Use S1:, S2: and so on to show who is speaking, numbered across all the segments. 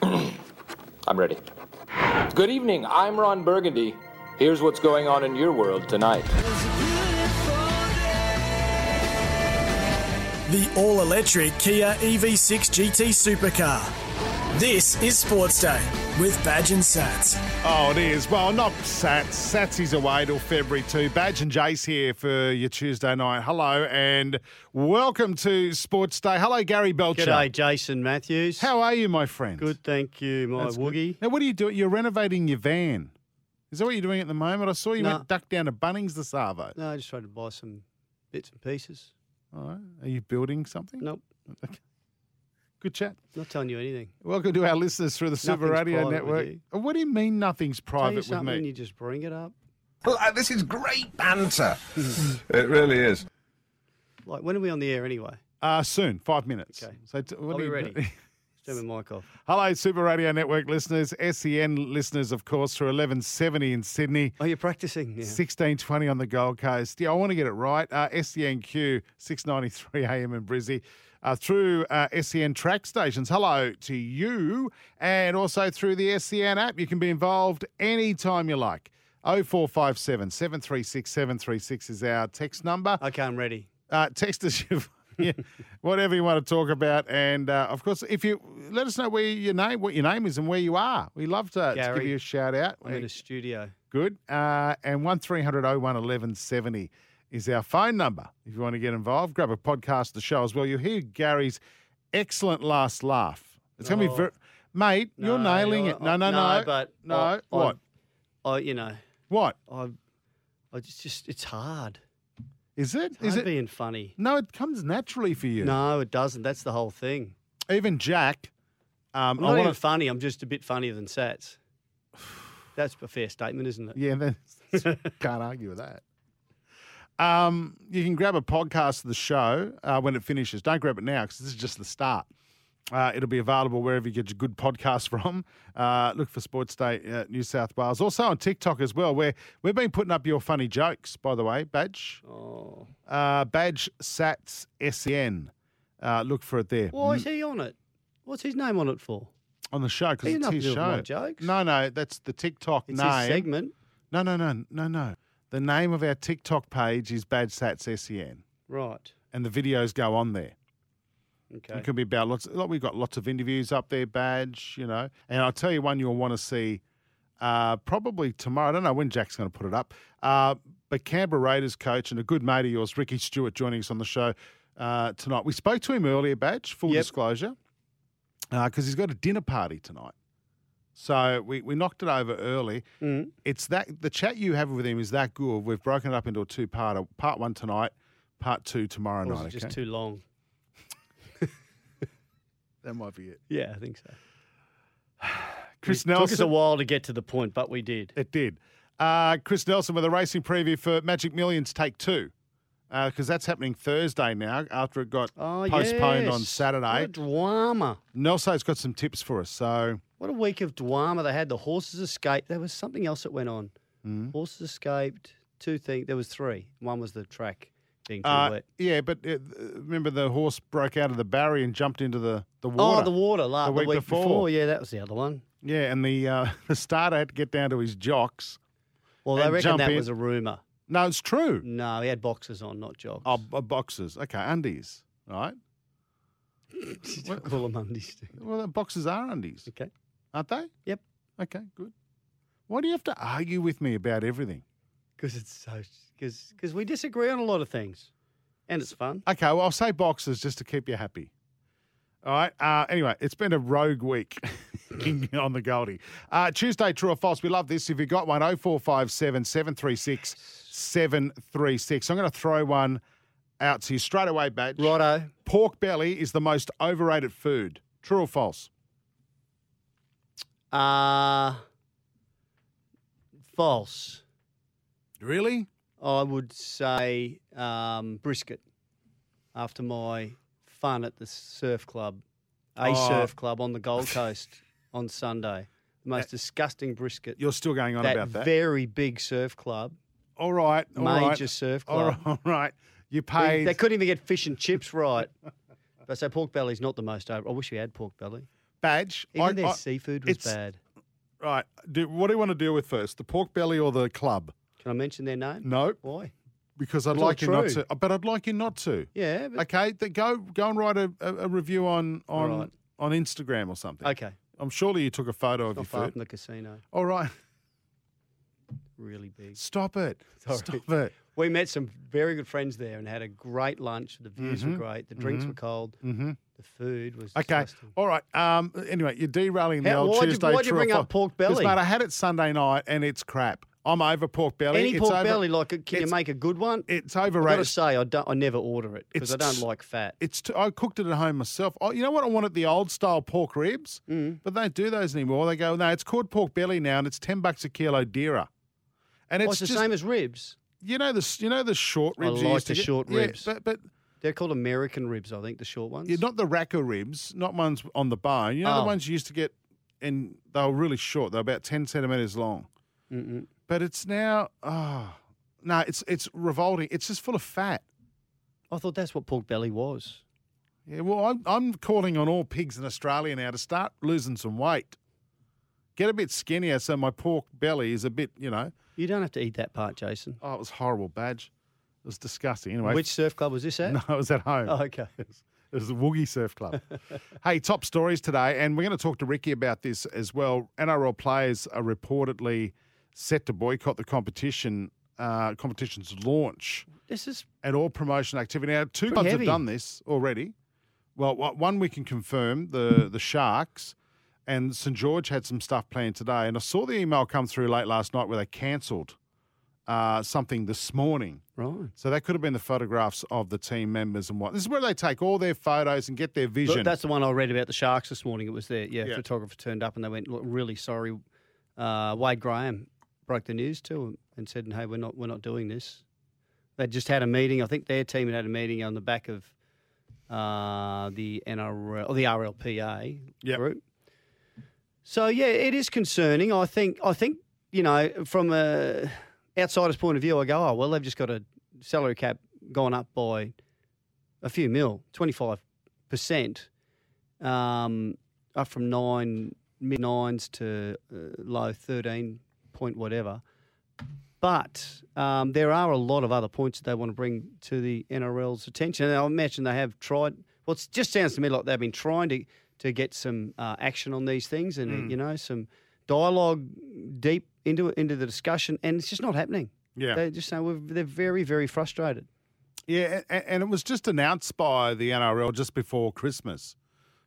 S1: I'm ready. Good evening. I'm Ron Burgundy. Here's what's going on in your world tonight.
S2: the all electric Kia E EV6 GT supercar. This is Sports Day with Badge and Sats.
S3: Oh, it is. Well, not Sats. Sats is away till February 2. Badge and Jace here for your Tuesday night. Hello and welcome to Sports Day. Hello, Gary Belcher.
S4: G'day, Jason Matthews.
S3: How are you, my friend?
S4: Good, thank you, my
S3: That's good.
S4: Woogie.
S3: Now, what are you doing? You're renovating your van. Is that what you're doing at the moment? I saw you
S4: No.
S3: went duck down to Bunnings this Arvo.
S4: No, I just tried to buy some bits and pieces.
S3: All right. Are you building something?
S4: Nope,
S3: Good chat.
S4: not telling you anything.
S3: Welcome to our listeners through the Super
S4: Nothing's
S3: Radio
S4: private with
S3: Network.
S4: you.
S3: Oh, What do you mean nothing's
S4: Tell you
S3: private with
S4: something,
S3: me?
S4: you just bring it up.
S5: this is great banter.
S6: It really is.
S4: Like, when are we on the air anyway?
S3: Uh, soon, five minutes.
S4: Okay.
S3: So t- what
S4: I'll
S3: do
S4: be
S3: you-
S4: ready. Just Turn my mic off.
S3: Hello, Super Radio Network listeners, SEN listeners, of course, through 1170 in Sydney,
S4: Oh, you're practicing now.
S3: 1620 on the Gold Coast. Yeah, I want to get it right. Uh, SENQ, 693 AM in Brizzy, uh, through uh, SEN track stations. Hello to you, and also through the SEN app. You can be involved anytime you like. 0457 736 736 is our text number.
S4: Okay, I'm ready.
S3: Uh, text us your, yeah, whatever you want to talk about, and uh, of course, if you let us know where your name, what your name is, and where you are, we love to, to give
S4: Gary.
S3: you a shout out.
S4: I'm in a studio.
S3: Good. Uh, and one 01 1170 is our phone number if you want to get involved. Grab a podcast of the show as well. You'll hear Gary's excellent last laugh. It's going to be
S4: No.
S3: very, mate. you're
S4: Oh. No,
S3: nailing
S4: I-
S3: it. No,
S4: I-
S3: no, no,
S4: no, but
S3: no.
S4: I- I-
S3: what?
S4: I, you know,
S3: what
S4: I, I just, just it's hard.
S3: is it?
S4: It's
S3: Is
S4: hard
S3: it?
S4: being funny?
S3: No, it comes naturally for you.
S4: No, it doesn't. That's the whole thing.
S3: Even Jack.
S4: I'm
S3: Um, I
S4: not
S3: want
S4: even
S3: to
S4: funny. I'm just a bit funnier than Sats. That's a fair statement, isn't it?
S3: Yeah, that's, can't argue with that. Um, you can grab a podcast of the show uh, when it finishes. Don't grab it now because this is just the start. Uh, it'll be available wherever you get your good podcast from. Uh, look for Sports Day uh, New South Wales. Also on TikTok as well, where we've been putting up your funny jokes, by the way, Badge.
S4: Oh,
S3: Uh, Badge Sats SEN. Uh, look for it there.
S4: why is he on it? What's his name on it for?
S3: On the show because
S4: Ain't
S3: it's
S4: nothing
S3: his
S4: to do with
S3: show.
S4: my jokes.
S3: No, no, that's the TikTok
S4: It's
S3: name.
S4: his segment,
S3: No, no, no, no, no. The name of our TikTok page is Badge Sats SEN,
S4: right?
S3: and the videos go on there.
S4: Okay.
S3: It can be about lots. Like we've got lots of interviews up there, Badge. You know, and I'll tell you one you'll want to see uh, probably tomorrow. I don't know when Jack's going to put it up. Uh, but Canberra Raiders coach and a good mate of yours, Ricky Stewart, joining us on the show uh, tonight. We spoke to him earlier, Badge. Full
S4: Yep.
S3: disclosure, because he's got a dinner party tonight. So we, we knocked it over early.
S4: Mm.
S3: It's that the chat you have with him is that good. We've broken it up into a two part. Part one tonight, part two tomorrow
S4: Or was
S3: night.
S4: it just
S3: okay?
S4: too long?
S3: That might be it.
S4: Yeah, I think so.
S3: Chris
S4: it took us a
S3: Nelson.
S4: while to get to the point, but we did.
S3: It did. Uh, Chris Nelson with a racing preview for Magic Millions Take Two, because that's happening Thursday now after it got
S4: Oh,
S3: postponed on
S4: yes.
S3: Saturday.
S4: What a drama!
S3: Nelson's got some tips for us. So
S4: What a week of drama they had. The horses escaped. There was something else that went on.
S3: Hmm?
S4: Horses escaped. Two things. There was three. One was the track being too
S3: uh,
S4: wet.
S3: yeah, but uh, remember the horse broke out of the barrier and jumped into the the water.
S4: Oh, the water. La- the
S3: week
S4: week,
S3: before.
S4: Yeah, that was the other one.
S3: yeah, and the uh, the starter had to get down to his jocks.
S4: Well, they
S3: And
S4: reckon
S3: jump
S4: that
S3: in.
S4: was a rumor.
S3: No, it's true.
S4: No, he had boxes on, not jogs.
S3: Oh, b- boxes. Okay, undies. Right.
S4: Full of Mondays.
S3: Well, the boxes are undies,
S4: Okay.
S3: aren't they?
S4: Yep.
S3: Okay, good. Why do you have to argue with me about everything?
S4: Because it's so because because we disagree on a lot of things, and it's fun.
S3: Okay, well, I'll say boxes just to keep you happy. All right. Uh, anyway, it's been a rogue week on the oh Goldie. Uh, Tuesday, true or false? We love this. If you got one, 0457 736 736. I'm going to throw one out to you straight away, Batch.
S4: Righto.
S3: Pork belly is the most overrated food. True or false?
S4: Uh, false.
S3: Really?
S4: I would say um, brisket after my fun at the surf club, a
S3: Oh.
S4: surf club on the Gold Coast on Sunday. The most disgusting brisket.
S3: You're still going on
S4: that
S3: about that.
S4: very big surf club.
S3: all right. all right,
S4: major surf
S3: all
S4: club.
S3: right, All right. You
S4: They,
S3: paid.
S4: they couldn't even get fish and chips right. but so pork belly's not the most over. I wish we had pork belly.
S3: badge.
S4: Even
S3: I-
S4: their
S3: I-
S4: seafood was
S3: it's-
S4: bad.
S3: Right. Do, what do you want to deal with first? The pork belly or the club?
S4: Can I mention their name?
S3: No,
S4: Why?
S3: because I'd
S4: It's all
S3: like you not
S4: true.
S3: to. But I'd like you not to.
S4: Yeah. But,
S3: Okay, then go go and write a, a, a review on on
S4: All right.
S3: on Instagram or something.
S4: okay.
S3: I'm surely you took a photo of
S4: Not
S3: your
S4: far
S3: food.
S4: from the casino.
S3: All right,
S4: Really big.
S3: stop it.
S4: Sorry.
S3: Stop it.
S4: We met some very good friends there and had a great lunch. The views were great. The drinks were cold.
S3: Mhm.
S4: The food was
S3: Mm-hmm. Okay.
S4: disgusting.
S3: All right. Um. Anyway, you're derailing the
S4: How-
S3: old
S4: why'd you-
S3: Tuesday.
S4: why'd you
S3: true or
S4: bring up
S3: false.
S4: pork
S3: 'Cause,
S4: belly?
S3: mate, I had it Sunday night and it's crap. I'm over pork belly.
S4: Any
S3: it's
S4: pork
S3: over-
S4: belly, like, can you
S3: it's-
S4: make a good one?
S3: It's
S4: I've got to
S3: overrated.
S4: say, I don't. I never order it because I
S3: It's-
S4: don't like fat.
S3: It's t- I cooked it at home myself. Oh, you know what? I wanted the old style pork ribs,
S4: Mm.
S3: but they don't do those anymore. They go, no, it's called pork belly now, and it's ten bucks a kilo dearer. And
S4: Oh,
S3: it's,
S4: it's the
S3: just,
S4: same as ribs.
S3: you know the s- you know the short
S4: I
S3: ribs. you
S4: like
S3: used to
S4: the
S3: get?
S4: short
S3: Yeah,
S4: ribs.
S3: but but
S4: They're called American ribs, I think, the short ones.
S3: yeah, not the racker ribs, not ones on the bone. You know the
S4: Oh.
S3: ones you used to get, and they were really short. They're about ten centimeters long.
S4: Mm-mm.
S3: But it's now oh no, it's it's revolting. It's just full of fat.
S4: I thought that's what pork belly was.
S3: Yeah, well, I'm, I'm calling on all pigs in Australia now to start losing some weight. Get a bit skinnier so my pork belly is a bit, you know.
S4: You don't have to eat that part, Jason.
S3: Oh, it was horrible, Badge. It was disgusting. Anyway,
S4: Which surf club was this at?
S3: no, I was at home.
S4: Oh, okay.
S3: It was the Woogie Surf Club. hey, top stories today, and we're going to talk to Ricky about this as well. NRL players are reportedly set to boycott the competition uh, competition's launch.
S4: This is
S3: and all promotion activity. Now, two
S4: Pretty
S3: clubs
S4: heavy.
S3: have done this already. Well, wha- one we can confirm the the Sharks and St George had some stuff planned today, and I saw the email come through late last night where they cancelled uh, something this morning.
S4: right.
S3: So that could have been the photographs of the team members and what. This is where they take all their photos and get their
S4: Look,
S3: vision.
S4: that's the one I read about the Sharks this morning. It was there. Yeah,
S3: Yeah.
S4: photographer turned up and they went, "Look, really sorry." Uh, Wade Graham broke the news to him and said, "Hey, we're not we're not doing this." They just had a meeting. I think their team had had a meeting on the back of uh, the NRL or the RLPA
S3: Yep.
S4: group. So yeah, it is concerning. I think I think you know from a outsider's point of view, I go, "Oh well, they've just got a salary cap gone up by a few mil, twenty five percent, um, up from nine mid nines to uh, low thirteen point whatever. But um, there are a lot of other points that they want to bring to the NRL's attention. And I imagine they have tried. Well, it just sounds to me like they've been trying to to get some uh, action on these things, and you know, some dialogue deep into it, into the discussion, and it's just not happening.
S3: yeah.
S4: They just say we're, they're very, very frustrated.
S3: Yeah, and, and it was just announced by the NRL just before Christmas,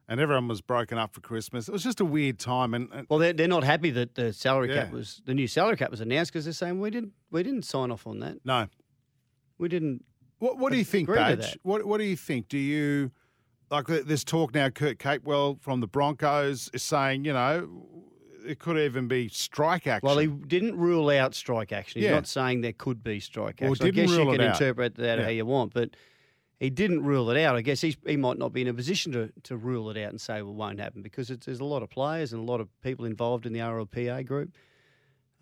S3: and everyone was broken up for Christmas. It was just a weird time, and, and
S4: Well, they're, they're not happy that the salary cap
S3: Yeah.
S4: was the new salary cap was announced because they're saying we didn't we didn't sign off on that.
S3: no,
S4: We didn't.
S3: What What do
S4: I
S3: you think,
S4: agree with
S3: Badge?
S4: that.
S3: What What do you think? Do you like th- this talk now? Kurt Capewell from the Broncos is saying, you know, it could even be strike action.
S4: Well, he didn't rule out strike action. He's
S3: Yeah.
S4: not saying there could be strike action.
S3: Well,
S4: I
S3: didn't
S4: guess
S3: rule
S4: you
S3: it
S4: can
S3: out.
S4: interpret that
S3: Yeah.
S4: how you want, but he didn't rule it out. I guess he's, he might not be in a position to, to rule it out and say well, it won't happen because it's, there's a lot of players and a lot of people involved in the RLPA group.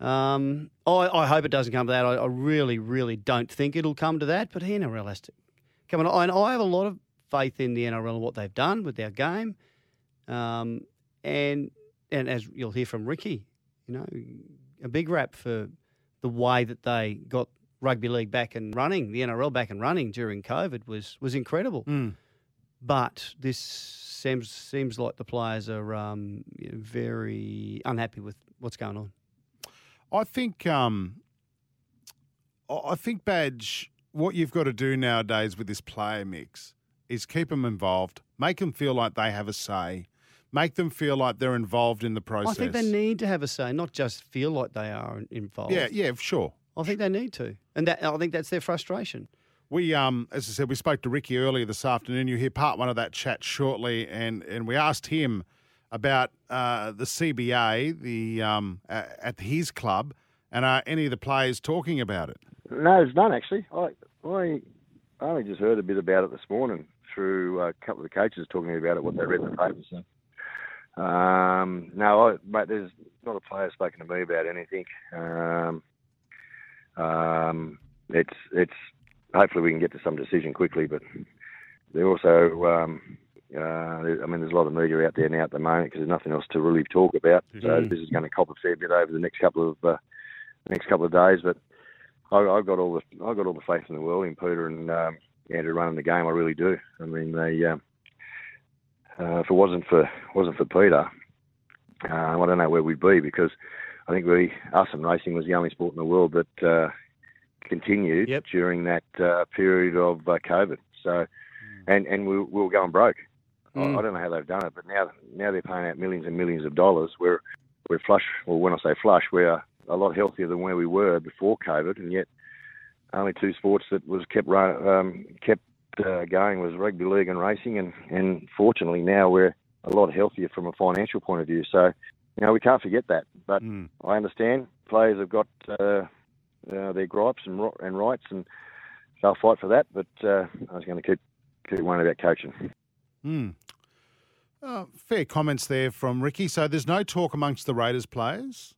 S4: Um, I, I hope it doesn't come to that. I, I really, really don't think it'll come to that. But the NRL has to come on. And I have a lot of faith in the NRL and what they've done with our game. Um, and and as you'll hear from Ricky, you know, a big rap for the way that they got rugby league back and running, the NRL back and running during COVID was was incredible.
S3: Mm.
S4: But this seems seems like the players are um, you know, very unhappy with what's going on.
S3: I think, um, I I think, Badge, what you've got to do nowadays with this player mix is keep them involved, make them feel like they have a say, make them feel like they're involved in the process.
S4: I think they need to have a say, not just feel like they are involved.
S3: Yeah, yeah, sure.
S4: I think they need to. And that I think that's their frustration.
S3: We, um, as I said, we spoke to Ricky earlier this afternoon. You will hear part one of that chat shortly, and and we asked him about uh, the CBA, the um, a- at his club, and are any of the players talking about it?
S7: No, there's none actually. I, I I only just heard a bit about it this morning through a couple of the coaches talking about it, what they read in the papers. So. Um, no, I, mate, there's not a player spoken to me about anything. Um, um, it's it's hopefully we can get to some decision quickly, but they're also um, uh, I mean there's a lot of media out there now at the moment because there's nothing else to really talk about. So this is going to cop a fair bit over the next couple of uh, next couple of days, but. I, I've got all the I've got all the faith in the world in Peter and um, Andrew running the game. I really do. I mean, they um, uh, if it wasn't for wasn't for Peter, uh, I don't know where we'd be because I think we us and racing was the only sport in the world that uh, continued
S4: Yep.
S7: during that uh, period of uh, COVID. So, and and we, we were going broke. I, I don't know how they've done it, but now now they're paying out millions and millions of dollars. We're we're flush. Well, when I say flush, we're a lot healthier than where we were before COVID, and yet only two sports that was kept run, um, kept uh, going was rugby league and racing, and and fortunately now we're a lot healthier from a financial point of view. So, you know, we can't forget that. But
S3: Mm.
S7: I understand players have got uh, uh, their gripes and ri- and rights, and they'll fight for that. But uh, I was going to keep keep worrying about coaching.
S3: Hmm. Uh, fair comments there from Ricky. So there's no talk amongst the Raiders players.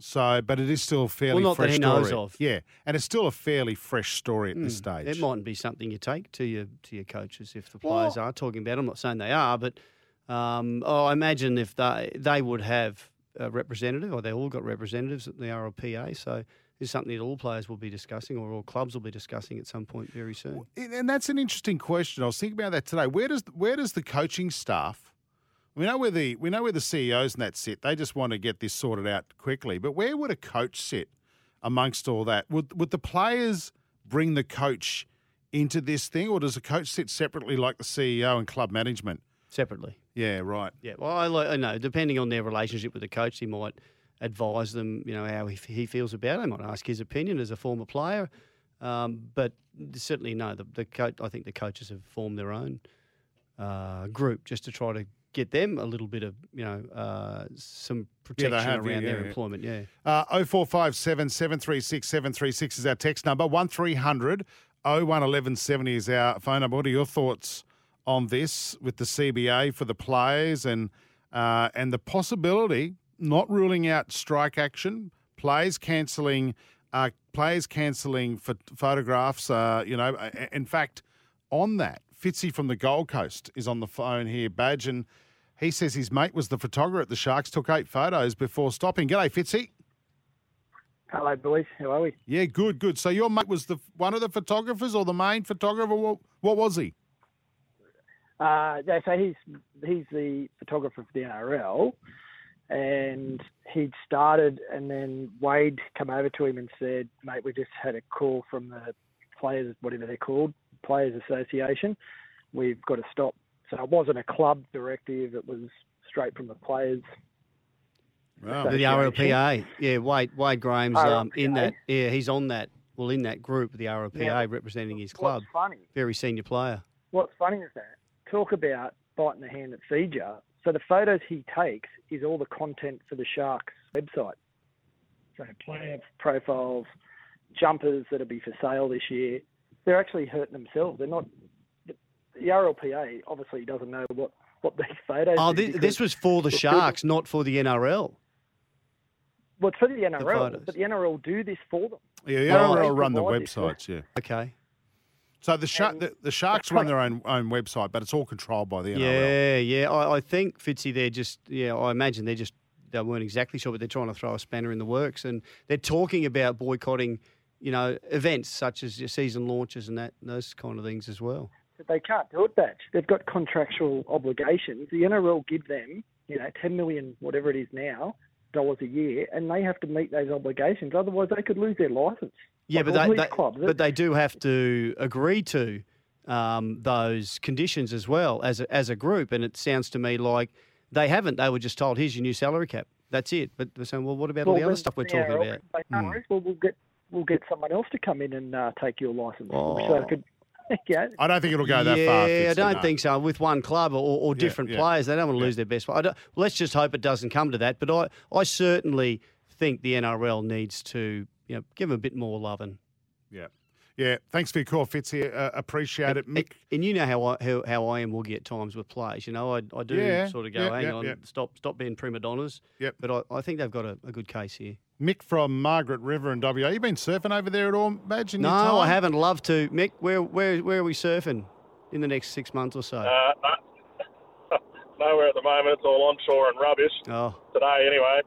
S3: So, but it is still a fairly
S4: not that
S3: fresh
S4: he knows
S3: story.
S4: of.
S3: Yeah, and it's still a fairly fresh story at
S4: Mm.
S3: this stage.
S4: It mightn't be something you take to your to your coaches if the players are talking about. it. I'm not saying they are, but um, oh, I imagine if they they would have a representative, or they all got representatives at the RLPA. So it's something that all players will be discussing, or all clubs will be discussing at some point very soon.
S3: And and that's an interesting question. I was thinking about that today. Where does where does the coaching staff? We know where the we know where the CEOs and that sit. They just want to get this sorted out quickly. But where would a coach sit amongst all that? Would would the players bring the coach into this thing, or does the coach sit separately like the CEO and club management?
S4: Separately.
S3: Yeah, right.
S4: Yeah, well, I, li- I know. Depending on their relationship with the coach, he might advise them, you know, how he, f- he feels about it. He might ask his opinion as a former player. Um, but certainly, no, the, the coach, I think the coaches have formed their own uh, group just to try to get them a little bit of, you know, uh, some protection
S3: have, yeah,
S4: around
S3: yeah,
S4: their
S3: yeah.
S4: employment. Yeah.
S3: Uh, 0457 736 736 is our text number. 1300 01 1170 is our phone number. What are your thoughts on this with the CBA for the players and uh, and the possibility, not ruling out strike action, players cancelling uh, players cancelling for photographs. Uh, you know, a- a- in fact, on that, Fitzy from the Gold Coast is on the phone here, Badge, and he says his mate was the photographer at the Sharks, took eight photos before stopping. G'day, Fitzy.
S7: Hello, boys. How are we?
S3: Yeah, good, good. So your mate was the one of the photographers or the main photographer? What, what was he?
S8: Uh, yeah, so he's he's the photographer for the NRL, and he'd started, and then Wade come over to him and said, "Mate, we just had a call from the players, whatever they're called, Players Association. We've got to stop." So it wasn't a club directive; it was straight from the players.
S3: Wow.
S4: The RLPA. Yeah, Wade, Wade Graham's um, in
S8: RLPA.
S4: that. Yeah, he's on that. Well, in that group, the RLPA representing his club.
S8: What's funny?
S4: Very senior player.
S8: What's funny is that talk about biting the hand that feeds you. So the photos he takes is all the content for the Sharks website. So player profiles, jumpers that'll be for sale this year. They're actually hurting themselves. They're not. The, the RLPA obviously doesn't know what what these photos.
S4: Oh,
S8: do
S4: this,
S8: because-
S4: this was for the
S8: because-
S4: Sharks, not for the NRL.
S8: Well, it's for the NRL,
S4: photos.
S8: but the NRL do this for them.
S3: Yeah, the
S8: Well,
S3: NRL
S8: they
S3: run the
S8: provide it for-
S3: websites. Yeah.
S4: Okay.
S3: So the, Shar the the Sharks run their own own website, but it's all controlled by the NRL.
S4: Yeah, yeah. I, I think Fitzy, they're just, yeah, I imagine they're just, they weren't exactly sure, but they're trying to throw a spanner in the works. And they're talking about boycotting, you know, events such as your season launches and that, those kind of things as well.
S8: But they can't do it, Batch. They've got contractual obligations. The NRL give them, you know, 10 million, whatever it is now, dollars a year, and they have to meet those obligations. Otherwise, they could lose their license.
S4: Yeah,
S8: Like
S4: but
S8: all
S4: they,
S8: these
S4: they
S8: clubs,
S4: but they do have to agree to um, those conditions as well as a, as a group. And it sounds to me like they haven't. They were just told, "Here's your new salary cap." That's it. But they're saying, "Well, what about all the
S8: Well,
S4: other
S8: then
S4: stuck we're talking
S8: NRL
S4: about?" hmm.
S8: They can't race, well, we'll get we'll get someone else to come in and uh, take your license.
S4: Oh.
S8: So I could, yeah,
S3: I don't think it'll go that
S4: yeah,
S3: far.
S4: I
S3: Fitzy,
S4: don't
S3: no.
S4: think so. With one club or, or
S3: Yeah,
S4: different
S3: yeah,
S4: players, they don't want to lose their best. I don't, let's just hope it doesn't come to that. But I, I certainly think the NRL needs to you know, give them a bit more love and
S3: Yeah. Yeah. Thanks for your call, Fitzy. Uh, appreciate it. Mick.
S4: And you know how I how, how I am will get times with players. You know, I, I do
S3: Yeah,
S4: sort of go,
S3: yeah,
S4: hang
S3: yeah,
S4: on,
S3: yeah.
S4: stop stop being prima donnas.
S3: Yep.
S4: But I, I think they've got a, a good case here.
S3: Mick from Margaret River and WA. You been surfing over there at all? Imagine
S4: No,
S3: your time.
S4: I haven't. Love to, Mick. Where where where are we surfing in the next six months or so?
S9: Uh, no- nowhere at the moment. It's all onshore and rubbish
S4: oh,
S9: today, anyway.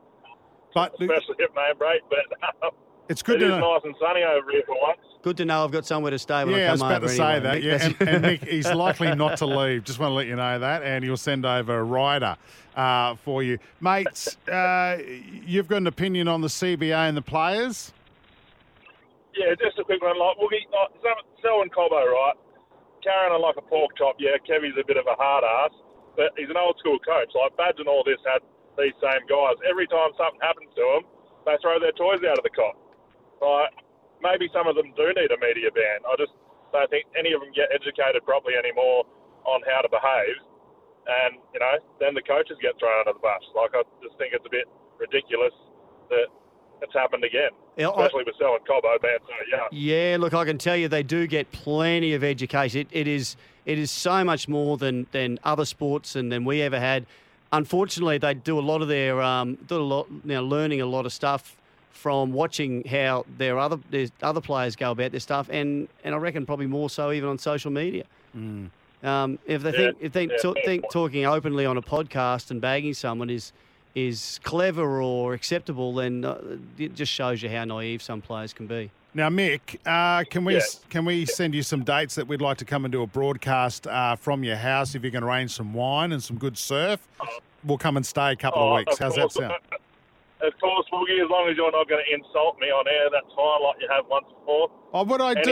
S3: But
S9: Especially if no break, but
S3: it's good to
S9: it is
S3: know.
S9: nice and sunny over here for once.
S4: good to know I've got somewhere to stay when I come
S3: yeah, I was about
S4: over
S3: to say
S4: anyway,
S3: that.
S4: Mick.
S3: Yeah, and,
S4: That's-
S3: and Mick, he's likely not to leave. Just want to let you know that, and he'll send over a rider uh, for you, mates. Uh, you've got an opinion on the CBA and the players?
S9: Yeah, just a quick one. Like Woogie, like, Sel- Selwyn Cobbo, right? Carrying on like a pork chop. Yeah, Kevy's a bit of a hard ass, but he's an old school coach. Like Badge and all this had these same guys. Every time something happens to them, they throw their toys out of the cop. Like maybe some of them do need a media ban. I just don't think any of them get educated properly anymore on how to behave, and you know, then the coaches get thrown under the bus. Like I just think it's a bit ridiculous that it's happened again,
S4: Yeah, I-
S9: especially with Selwyn Cobbo being so young.
S4: Yeah, look, I can tell you they do get plenty of education. It, it is it is so much more than than other sports and than we ever had. Unfortunately, they do a lot of their um, do a lot now, learning a lot of stuff from watching how their other their other players go about their stuff, and and I reckon probably more so even on social media.
S7: Mm.
S4: Um, if they
S9: Yeah,
S4: think if they
S9: yeah,
S4: ta-
S9: fair
S4: think
S9: point.
S4: talking openly on a podcast and bagging someone is is clever or acceptable, then uh, it just shows you how naive some players can be.
S3: Now, Mick, uh, can we
S9: Yeah.
S3: can we send you some dates that we'd like to come and do a broadcast uh, from your house if you can arrange some wine and some good surf? We'll come and stay a couple
S9: Oh,
S3: of weeks.
S9: of
S3: How's that
S9: course.
S3: sound?
S9: Of course, Woogie, as long as you're not going to insult me on air, that's fine, like you have once before.
S3: Oh, what I do?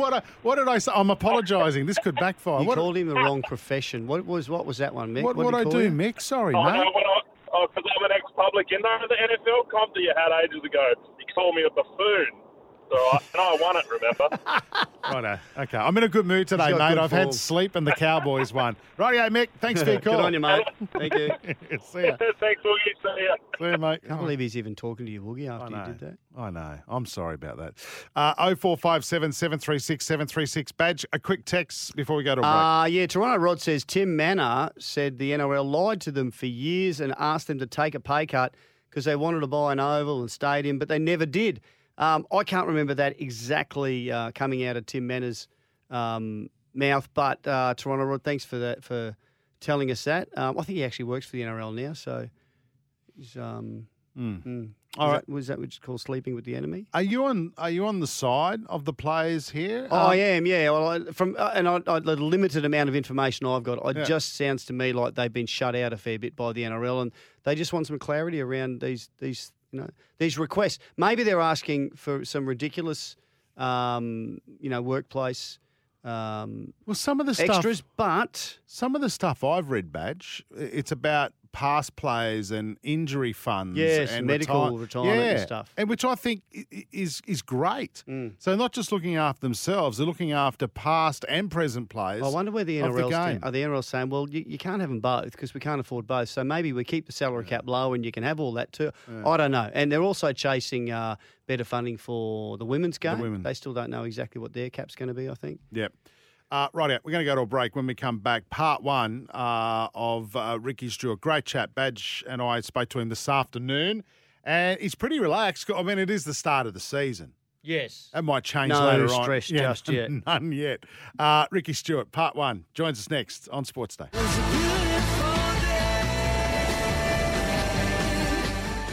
S3: What I, what did I say? I'm apologising. This could backfire.
S4: You
S3: What,
S4: called him the wrong profession. What was what was that one, Mick?
S3: what,
S4: did
S3: what
S4: he
S3: I
S4: call
S3: do,
S4: you?
S3: Mick? Sorry,
S9: I
S3: mate.
S9: know Oh, when I, because I'm an ex-public, you know the NFL comp that you had ages ago, you called me a buffoon. So I, and I won it, remember?
S3: Righto. Okay. I'm in a good mood today,
S4: got
S3: mate.
S4: good
S3: I've had
S4: form.
S3: sleep and the Cowboys won. Rightio, Mick. Thanks for your call.
S4: Good on you, mate. Thank you.
S3: See ya.
S9: Thanks, Woogie. See ya.
S3: See ya, mate.
S4: I can't believe he's even talking to you, Woogie,
S3: I
S4: after you
S3: know.
S4: did that.
S3: I know. I'm sorry about that. Uh, 0457 736 736. Badge, a quick text before we go to a break.
S4: Uh, yeah, Toronto Rod says Tim Manor said the NRL lied to them for years and asked them to take a pay cut because they wanted to buy an oval and stadium, but they never did. Um, I can't remember that exactly uh, coming out of Tim Manor's um, mouth, but uh, Toronto Rod, thanks for that for telling us that. Um, I think he actually works for the NRL now, so he's um, mm.
S3: Hmm. All
S4: Was
S3: right.
S4: that- was that what you call sleeping with the enemy?
S3: are you on Are you on the side of the players here?
S4: Oh,
S3: Um,
S4: I am, yeah. Well, I, from uh, and I, I, the limited amount of information I've got, it
S3: Yeah.
S4: just sounds to me like they've been shut out a fair bit by the NRL, and they just want some clarity around these these you know these requests. Maybe they're asking for some ridiculous, um, you know, workplace um,
S3: Well, some of the stuff.
S4: extras, but
S3: Some of the stuff I've read, Badge, it's about past players and injury funds,
S4: Yes,
S3: and
S4: medical
S3: retire-
S4: retirement and stuff. Mm.
S3: and which I think i- i- is is great. So not just looking after themselves, they're looking after past and present players.
S4: I wonder where the
S3: of
S4: NRL
S3: game.
S4: are. The NRL saying, well, you, you can't have them both because we can't afford both. So maybe we keep the salary cap low and you can have all that too. I don't know. And they're also chasing uh, better funding for the women's game.
S3: women.
S4: They still don't know exactly what their cap's going to be. I think.
S3: Yep. Uh, right out. We're going to go to a break. When we come back, part one uh, of uh, Ricky Stewart. Great chat. Badge and I spoke to him this afternoon, and he's pretty relaxed. I mean, it is the start of the season.
S4: Yes.
S3: That might change
S4: No
S3: later on.
S4: stress just yet.
S3: None yet. Uh, Ricky Stewart, part one, joins us next on Sports Day.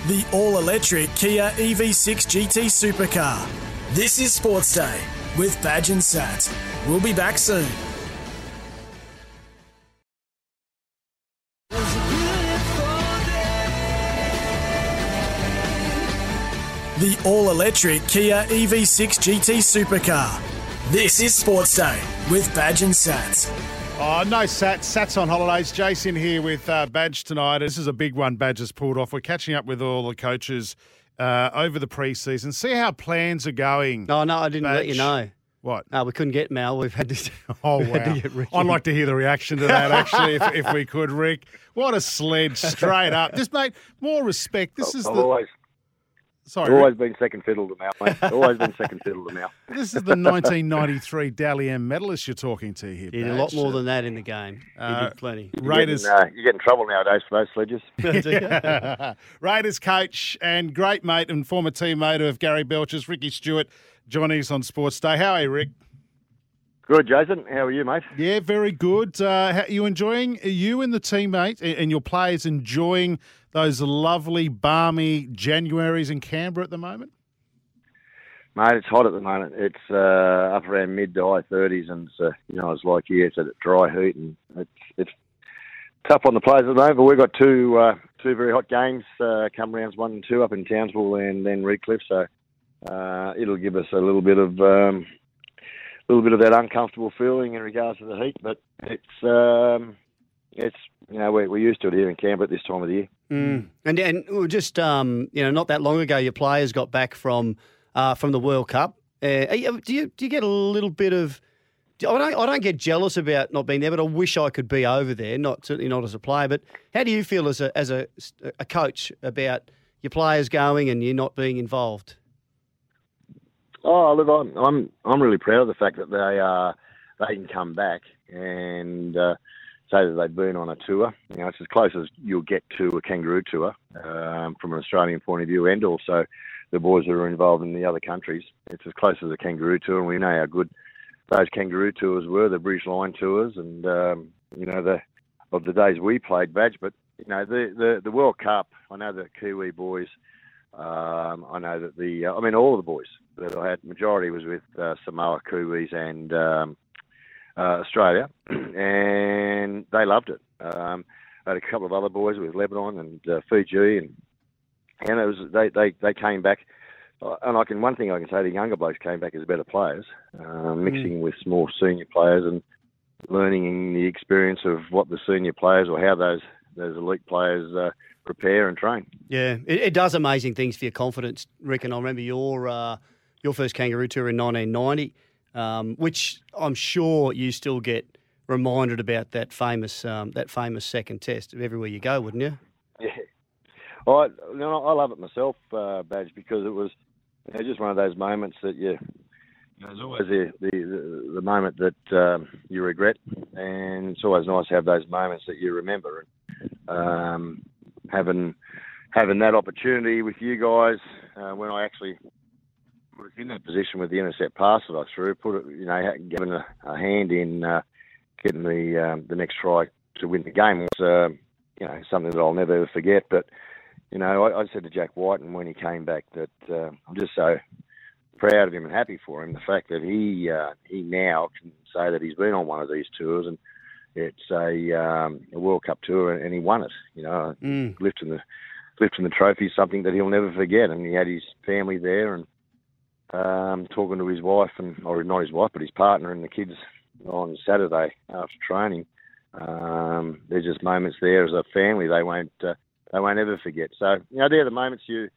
S2: The all electric Kia E EV6 GT Supercar. This is Sports Day with Badge and Sat. We'll be back soon. The all electric Kia E EV6 GT Supercar. This is Sports Day with Badge and Sats.
S3: Oh, no Sats. Sats on holidays. Jason here with uh, Badge tonight. This is a big one Badge has pulled off. We're catching up with all the coaches uh, over the preseason. See how plans are going.
S4: No, no, I didn't let you know.
S3: What?
S4: No, we couldn't get Mal. We've had to.
S3: Oh,
S4: we
S3: wow.
S4: had to get Ricky.
S3: I'd like to hear the reaction to that, actually, if, if we could, Rick. What a sledge straight up. Just, mate, more respect. This is
S7: I've
S3: the.
S7: always,
S3: Sorry,
S7: always
S3: Rick.
S7: been second fiddle to Mal, mate. Always been second fiddle to Mal.
S3: This is the 1993 Dally M medalist you're talking to here.
S4: He did a lot more than that in the game. He
S3: Uh,
S4: did plenty.
S7: You get in,
S3: Raiders.
S7: uh, you get in trouble nowadays for those sledges.
S3: Raiders coach and great mate and former teammate of Gary Belcher's, Ricky Stewart, joining us on Sports Day. How are you, Rick?
S7: Good, Jason. How are you, mate?
S3: Yeah, very good. Uh, how, you enjoying? Are you and the teammates a- and your players enjoying those lovely, balmy Januaries in Canberra at the moment?
S7: Mate, it's hot at the moment. It's uh, up around mid to high thirties, and it's, uh, you know it's like here, it's at a dry heat, and it's it's tough on the players at the moment. But we've got two uh, two very hot games uh, come rounds one and two up in Townsville and then Redcliffe, so uh, it'll give us a little bit of um, a little bit of that uncomfortable feeling in regards to the heat. But it's um, it's you know we're, we're used to it here in Canberra at this time of the year.
S4: Mm. And and we were just um, you know, not that long ago, your players got back from uh, from the World Cup. Uh, are you- do you do you get a little bit of? do- I don't I don't get jealous about not being there, but I wish I could be over there. Not certainly not as a player, but how do you feel as a as a, a coach about your players going and you not being involved?
S7: Oh, look, I'm I'm I'm really proud of the fact that they uh they can come back and uh, say that they've been on a tour. You know, it's as close as you'll get to a kangaroo tour um, from an Australian point of view, and also the boys that are involved in the other countries. It's as close as a kangaroo tour, and we know how good those kangaroo tours were, the British Line tours, and um, you know the of the days we played badge. But you know the the, the World Cup. I know the Kiwi boys. Um, I know that the, uh, I mean, all of the boys that I had, majority was with uh, Samoa, Kiwis, and um, uh, Australia, and they loved it. Um, I had a couple of other boys with Lebanon and uh, Fiji, and and it was they they, they came back. Uh, And I can one thing I can say, the younger blokes came back as better players, uh, mixing with more senior players and learning the experience of what the senior players or how those those elite players uh, prepare and train.
S4: Yeah, it, it does amazing things for your confidence, Rick. And I remember your uh, your first kangaroo tour in 1990, um, which I'm sure you still get reminded about that famous um, that famous second test everywhere you go, wouldn't you?
S7: Yeah. I you know, I love it myself, uh, Badge, because it was you know, just one of those moments that you. you know, There's always the, the the moment that um, you regret, and it's always nice to have those moments that you remember. Um, having having that opportunity with you guys uh, when I actually was in that position with the intercept pass that I threw, put it, you know, giving a, a hand in uh, getting the um, the next try to win the game was. um you know, something that I'll never ever forget. But, you know, I, I said to Jack White, and when he came back, that uh, I'm just so proud of him and happy for him. The fact that he uh, he now can say that he's been on one of these tours and it's a, um, a World Cup tour and, and he won it. You know,
S4: Mm.
S7: lifting the lifting the trophy is something that he'll never forget. And he had his family there and um, talking to his wife and or not his wife, but his partner and the kids on Saturday after training. Um, there's just moments there as a family they won't uh, they won't ever forget. So you know, they're the moments you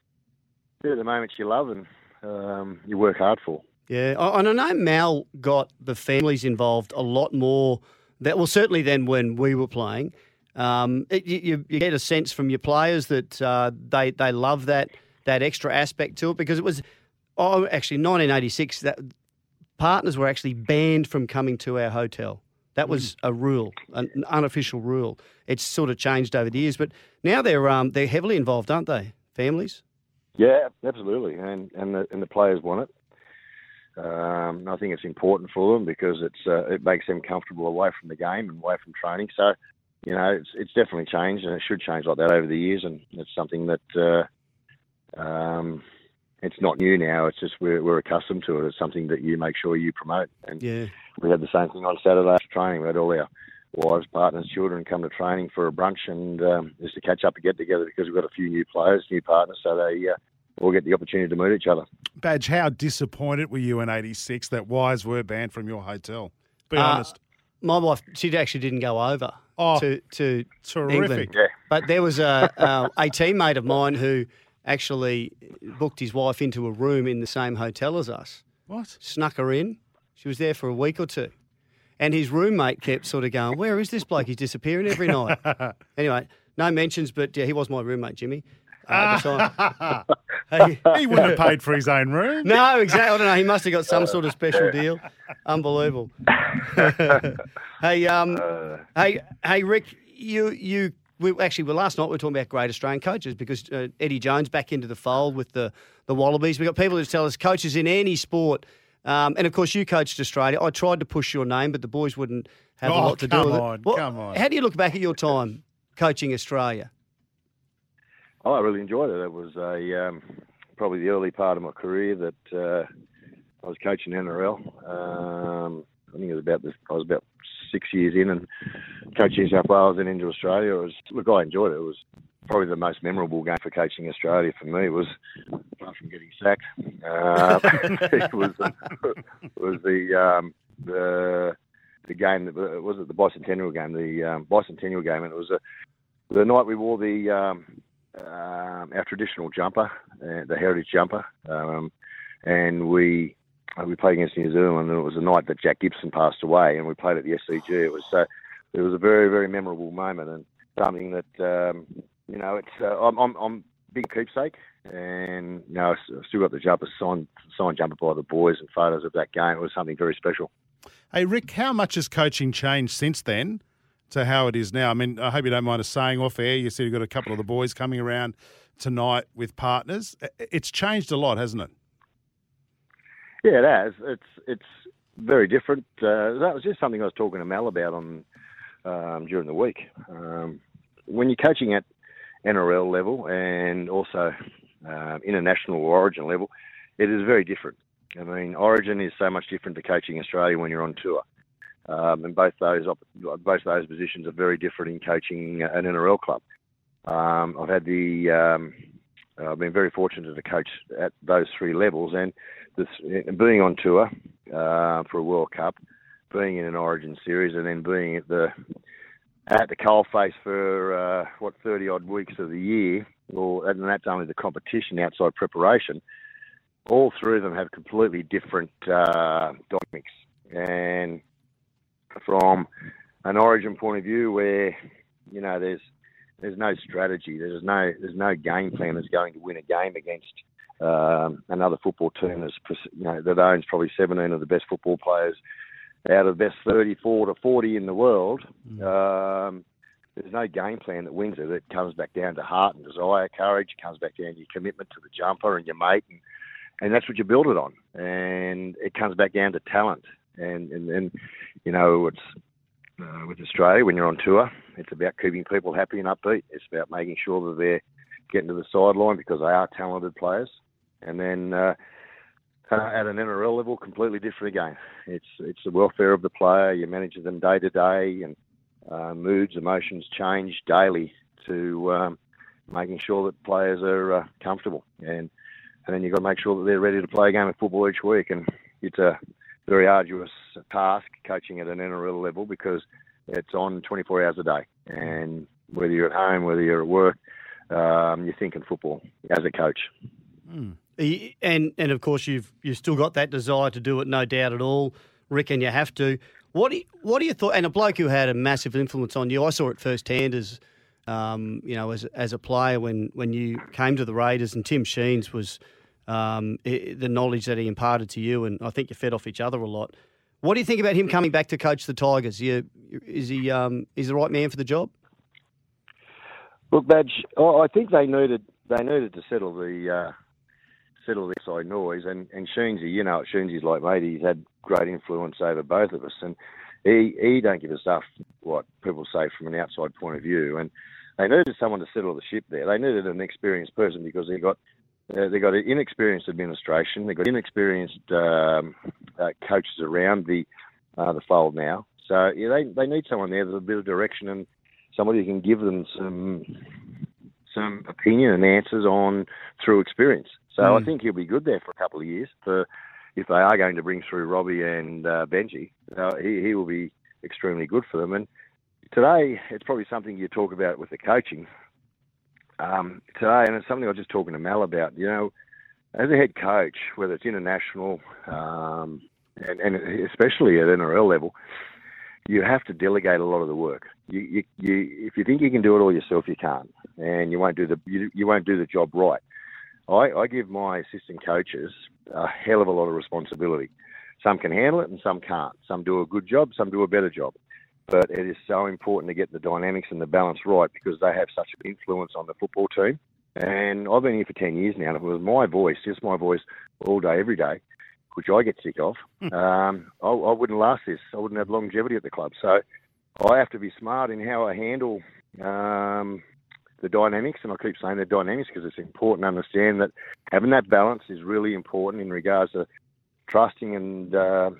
S7: they're the moments you love and um, you work hard for.
S4: Yeah, I- and I know Mal got the families involved a lot more. That well, certainly than when we were playing. Um, it, you- you, you get a sense from your players that uh, they they love that that extra aspect to it because it was oh actually 1986 that partners were actually banned from coming to our hotel. That was a rule, an an unofficial rule. It's sort of changed over the years, but now they're um, they're heavily involved, aren't they? Families.
S7: Yeah, absolutely, and and the and the players want it. Um, and I think it's important for them because it's uh, it makes them comfortable away from the game and away from training. So, you know, it's it's definitely changed, and it should change like that over the years. And it's something that uh, um, it's not new now. It's just we're we're accustomed to it. It's something that you make sure you promote. And
S4: Yeah.
S7: we had the same thing on Saturday after training. We had all our wives, partners, children come to training for a brunch and um, just to catch up and get together because we've got a few new players, new partners, so they uh, all get the opportunity to meet each other.
S3: Badge, how disappointed were you in 86 that Wires were banned from your hotel? Be
S4: Uh,
S3: honest.
S4: My wife, she actually didn't go over
S3: Oh,
S4: to to
S3: terrific.
S4: England.
S3: Yeah.
S4: But there was a, a a teammate of mine who actually booked his wife into a room in the same hotel as us.
S3: What?
S4: Snuck her in. She was there for a week or two. And his roommate kept sort of going, Where is this bloke? He's disappearing every night. anyway, no mentions, but yeah, he was my roommate, Jimmy. Uh, at the time.
S3: He wouldn't have paid for his own room.
S4: No, exactly. I don't know. He must have got some sort of special deal. Unbelievable. hey, um, hey, hey, Rick. You, you. We actually, well, last night we were talking about great Australian coaches because uh, Eddie Jones back into the fold with the the Wallabies. We have got people who tell us coaches in any sport, um, and of course you coached Australia. I tried to push your name, but the boys wouldn't have a
S3: Oh,
S4: lot to
S3: come
S4: do with
S3: on,
S4: it. Well,
S3: come on.
S4: How do you look back at your time coaching Australia?
S7: Oh, I really enjoyed it. It was a um, probably the early part of my career that uh, I was coaching NRL. Um, I think it was about this. I was about six years in and coaching New South Wales and into Australia. It was look, I enjoyed it. It was probably the most memorable game for coaching Australia for me. Was apart from getting sacked, uh, it was uh, was the um, the the game that uh, was it the bicentennial game, the um, bicentennial game, and it was a, the night we wore the um, um, our traditional jumper, uh, the heritage jumper, um, and we uh, we played against New Zealand, and it was the night that Jack Gibson passed away, and we played at the SCG. It was so it was a very very memorable moment, and something that um, you know it's uh, I'm, I'm I'm big keepsake, and you know I s- I've still got the jumper signed signed jumper by the boys and photos of that game. It was something very special.
S3: Hey, Rick, how much has coaching changed since then to how it is now? I mean, I hope you don't mind us saying off air. You said you've got a couple of the boys coming around tonight with partners. I- It's changed a lot, hasn't it?
S7: Yeah, it has. It's it's very different. Uh, that was just something I was talking to Mal about on um, during the week. Um, when you're coaching at NRL level and also um, international or Origin level, it is very different. I mean, Origin is so much different to coaching Australia when you're on tour, um, and both those op- both those positions are very different in coaching an NRL club. Um, I've had the um, I've been very fortunate to coach at those three levels, and this being on tour uh, for a World Cup, being in an Origin series, and then being at the at the coalface for uh, what thirty odd weeks of the year, or and that's only the competition outside preparation. All three of them have completely different uh, dynamics, and from an Origin point of view, where you know there's there's no strategy, there's no there's no game plan that's going to win a game against um, another football team that's pres- you know that owns probably 17 of the best football players out of the best 34 to 40 in the world. Um, there's no game plan that wins it. It comes back down to heart and desire, courage. It comes back down to your commitment to the jumper and your mate, and, and that's what you build it on. And it comes back down to talent. And and, and you know it's uh, with Australia when you're on tour, it's about keeping people happy and upbeat. It's about making sure that they're getting to the sideline because they are talented players. And then uh, uh, at an NRL level, completely different again. It's it's the welfare of the player. You manage them day to day, and uh, moods, emotions change daily to um, making sure that players are uh, comfortable. And and then you've got to make sure that they're ready to play a game of football each week. And it's a very arduous task coaching at an NRL level because it's on 24 hours a day. And whether you're at home, whether you're at work, um, you're thinking football as a coach.
S4: Mm. Y- And and of course you've you've still got that desire to do it, no doubt at all, Rick. And you have to. What do you, what do you thought? And a bloke who had a massive influence on you. I saw it firsthand as um, you know as as a player when when you came to the Raiders and Tim Sheens was um, i the knowledge that he imparted to you, and I think you fed off each other a lot. What do you think about him coming back to coach the Tigers? You, is he um, is the right man for the job?
S7: Look, Badge, I I think they needed they needed to settle the uh, settle the SI noise, and and Sheensy, you know, what Sheensy's like mate. He's had great influence over both of us, and he he don't give a stuff what people say from an outside point of view, and they needed someone to settle the ship there. They needed an experienced person because they got. Uh, they got inexperienced administration. They got inexperienced um, uh, coaches around the uh, the fold now. So yeah, they they need someone there with a bit of direction and somebody who can give them some some opinion and answers on through experience. So I think he'll be good there for a couple of years. For if they are going to bring through Robbie and uh, Benji, uh, he he will be extremely good for them. And today it's probably something you talk about with the coaching. um, today, and it's something I was just talking to Mal about. You know, as a head coach, whether it's international um, and, and especially at NRL level, you have to delegate a lot of the work. You, you, you, if you think you can do it all yourself, you can't, and you won't do the you, you won't do the job right. I, I give my assistant coaches a hell of a lot of responsibility. Some can handle it, and some can't. Some do a good job, some do a better job. But it is so important to get the dynamics and the balance right because they have such an influence on the football team. And I've been here for 10 years now, and if it was my voice, just my voice, all day, every day, which I get sick of, um, I, I wouldn't last this. I wouldn't have longevity at the club. So I have to be smart in how I handle um, the dynamics. And I keep saying the dynamics because it's important to understand that having that balance is really important in regards to trusting and uh,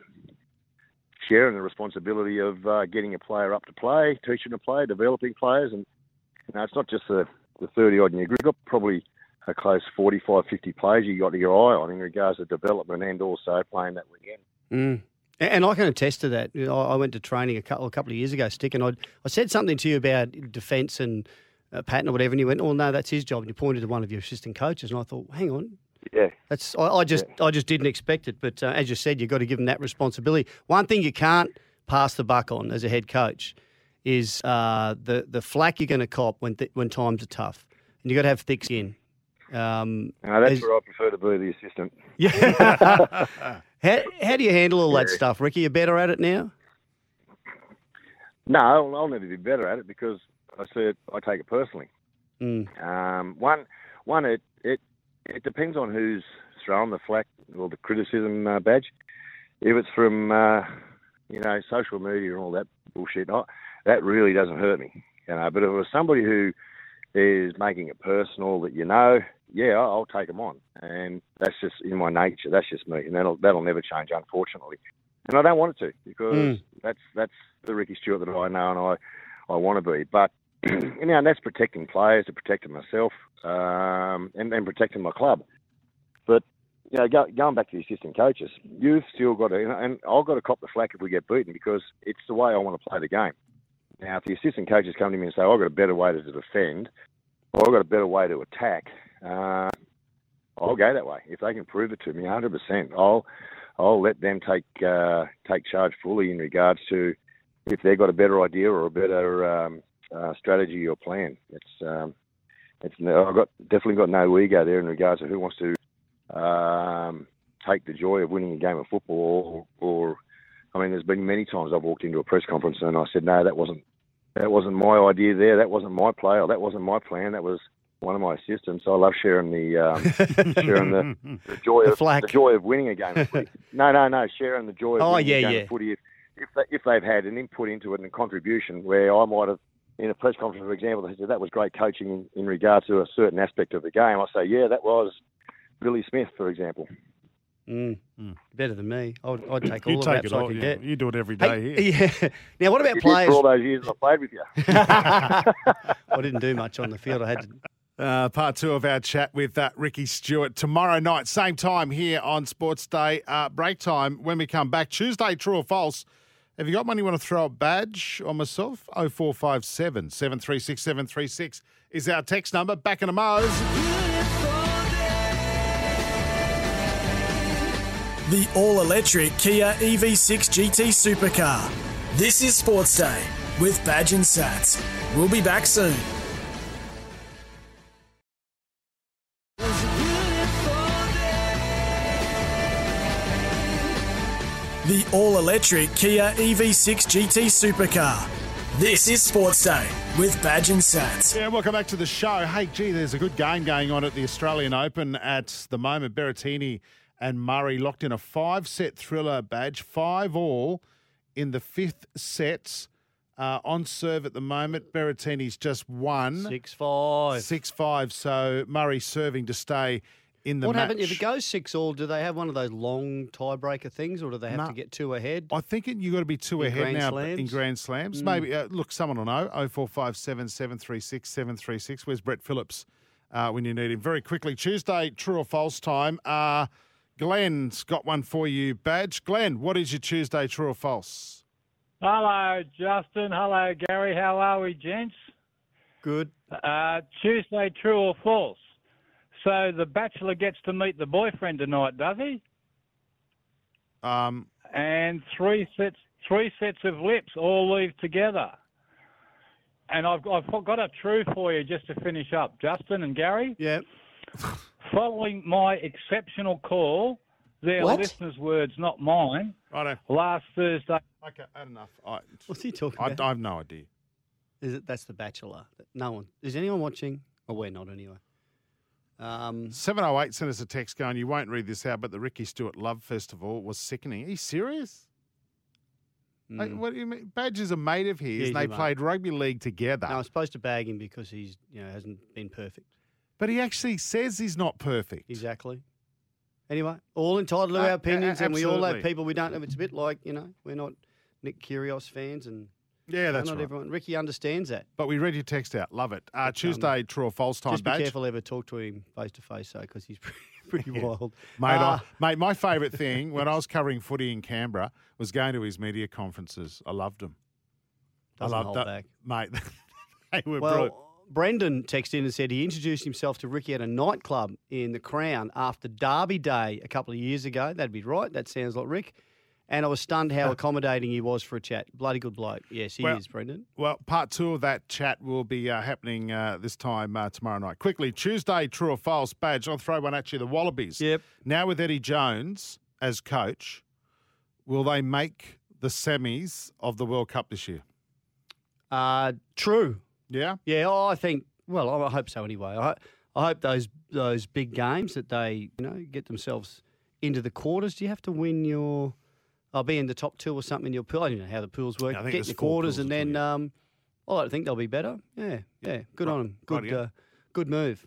S7: sharing the responsibility of uh, getting a player up to play, teaching a player, developing players. And you know, it's not just the, the 30 odd in your group, you've got probably a close 45, 50 players you got your eye on in regards to development and also playing that weekend.
S4: Mm. A- And I can attest to that. You know, I I went to training a couple, a couple of years ago, Stick, and I, I said something to you about defence and uh, Patton or whatever, and you went, "Oh no, that's his job." And you pointed to one of your assistant coaches, and I thought, "Hang on,
S7: Yeah.
S4: that's I, I just I just didn't expect it." But uh, as you said, you've got to give them that responsibility. One thing you can't pass the buck on as a head coach is uh, the the flack you're going to cop when th- when times are tough, and you've got to have thick skin. Um,
S7: No, Ah, that's
S4: as-
S7: where I prefer to be the assistant.
S4: Yeah. how, how do you handle all that stuff, Ricky? You're better at it now.
S7: No, I'll, I'll never be better at it because I said I take it personally.
S4: Mm.
S7: Um, one, one, it, it it depends on who's throwing the flak or the criticism uh, badge. If it's from uh, you know social media and all that bullshit, I, that really doesn't hurt me. You know, but if it was somebody who is making it personal that you know, yeah, I- I'll take them on, and that's just in my nature. That's just me, and that'll that'll never change, unfortunately. And I don't want it to because
S10: Mm.
S7: that's that's the Ricky Stewart that I know and I I want to be. But you know, and that's protecting players, to protecting myself, um, and, and protecting my club. But you know, go, going back to the assistant coaches, you've still got to, and- and I've got to cop the flack if we get beaten because it's the way I want to play the game. Now, if the assistant coaches come to me and say, "I've got a better way to defend," or "I've got a better way to attack," uh, I'll go that way if they can prove it to me, hundred percent. I'll I'll let them take uh, take charge fully in regards to if they've got a better idea or a better um, uh, strategy or plan. It's um, it's no, I've got definitely got no ego there in regards to who wants to um, take the joy of winning a game of football. Or, or I mean, there's been many times I've walked into a press conference and I said, no, that wasn't that wasn't my idea there. That wasn't my play or that wasn't my plan. That was one of my assistants. I love sharing the um, sharing the, the joy
S4: The
S7: of
S4: flack.
S7: the joy of winning a game of footy. no, no, no, sharing the joy of
S4: Oh,
S7: winning
S4: yeah,
S7: a game
S4: yeah.
S7: of footy if if, they, if they've had an input into it and a contribution where I might have in a press conference, for example, they said that was great coaching in, in regards to a certain aspect of the game. I say, yeah, that was Billy Smith, for example.
S4: Mm. Better than me. I'd, I'd take all
S3: You
S4: of
S3: take
S4: that
S3: it
S4: so I
S3: all.
S4: could
S3: yeah.
S4: get.
S3: You do it every day
S4: Hey,
S3: here.
S4: yeah. Now, what about
S7: You did
S4: players?
S7: for all those years I played with you.
S4: I didn't do much on the field. I had to.
S3: Uh, part two of our chat with uh, Ricky Stewart tomorrow night, same time here on Sports Day. Uh, break time when we come back. Tuesday, true or false? Have you got money you want to throw a badge on myself? 0457 736 736 is our text number. Back in a
S4: Mm.
S3: Mo's.
S2: The all electric Kia E EV6 GT Supercar. This is Sports Day with Badge and Sats. We'll be back soon. The all electric Kia E EV6 GT Supercar. This is Sports Day with Badge and Sats.
S3: Yeah, welcome back to the show. Hey, gee, there's a good game going on at the Australian Open at the moment. Berrettini and Murray locked in a five-set thriller badge, five all in the fifth sets. Uh, on serve at the moment, Berrettini's just one
S4: six five,
S3: six five. So Murray serving to stay in the
S4: What
S3: match.
S4: happened if it goes six all? Do they have one of those long tiebreaker things, or do they have
S3: No.
S4: to get two ahead?
S3: I think it, you got to be two
S4: In
S3: ahead
S4: Grand
S3: now in
S4: Slams?
S3: Grand Slams.
S4: Mm.
S3: Maybe uh, look, someone will know. Oh four five seven seven three six seven three six. Where's Brett Phillips uh, when you need him? Very quickly, Tuesday, true or false time. Uh, Glenn's got one for you. Badge, Glenn. What is your Tuesday, true or false?
S11: Hello, Justin. Hello, Gary. How are we, gents?
S4: Good.
S10: Uh, Tuesday, true or false? So the bachelor gets to meet the boyfriend tonight, does he?
S3: Um,
S10: and three sets three sets of lips all leave together. And I've, I've got a true for you just to finish up, Justin and Gary.
S4: Yeah.
S10: Following my exceptional call, their
S3: What?
S10: listeners' words, not mine.
S3: Righto.
S10: Last Thursday.
S3: Okay, had enough. I,
S4: What's he talking
S3: I,
S4: about?
S3: I have no idea.
S4: Is it that's The Bachelor? No one is anyone watching? Well, we're not anyway. Um,
S3: 708 sent oh us a text going, You won't read this out, but the Ricky Stewart Love Festival was sickening. Are you serious? Like,
S4: Mm.
S3: what do you mean? Badger's a mate of his,
S4: Yeah,
S3: and
S4: he's
S3: they
S4: a mate.
S3: played rugby league together.
S4: No, I was supposed to bag him because he's you know hasn't been perfect.
S3: But he actually says he's not perfect.
S4: Exactly. Anyway, all entitled to
S3: Uh,
S4: our
S3: a-
S4: opinions, and we all have
S3: absolutely.
S4: people we don't have. It's a bit like you know we're not Nick Kyrgios fans, and uh,
S3: Yeah, that's
S4: not
S3: right.
S4: everyone. Ricky understands that.
S3: But we read your text out. Love it. Uh, Tuesday, true or false time,
S4: um, Just be
S3: Badge.
S4: careful ever talk to him face to face though, because he's pretty, pretty wild.
S3: Mate,
S4: Uh,
S3: I, mate, my favourite thing when I was covering footy in Canberra was going to his media conferences. I loved them.
S4: Doesn't
S3: I
S4: hold
S3: loved that.
S4: back.
S3: Mate, they were
S4: well,
S3: brilliant.
S4: Brendan texted in and said he introduced himself to Ricky at a nightclub in the Crown after Derby Day a couple of years ago. That'd be right. That sounds like Rick. And I was stunned how accommodating he was for a chat. Bloody good bloke. Yes, he
S3: Well-
S4: is, Brendan.
S3: Well, part two of that chat will be uh, happening uh, this time uh, tomorrow night. Quickly, Tuesday, true or false badge. I'll throw one at you. The Wallabies. Yep. Now with Eddie Jones as coach, will they make the semis of the World Cup this year?
S4: Uh, true.
S3: Yeah.
S4: Yeah, oh, I think. Well, I I hope so. Anyway, I, I hope those those big games that they you know get themselves into the quarters. Do you have to win your? I'll be in the top two or something in your pool. I don't know how the pools work.
S3: Yeah, I think
S4: get in
S3: there's
S4: the
S3: four
S4: quarters and
S3: pools
S4: then. Um, I like to think they'll be better. Yeah, yeah. Good on them. Good,
S3: rightio.
S4: uh, good move.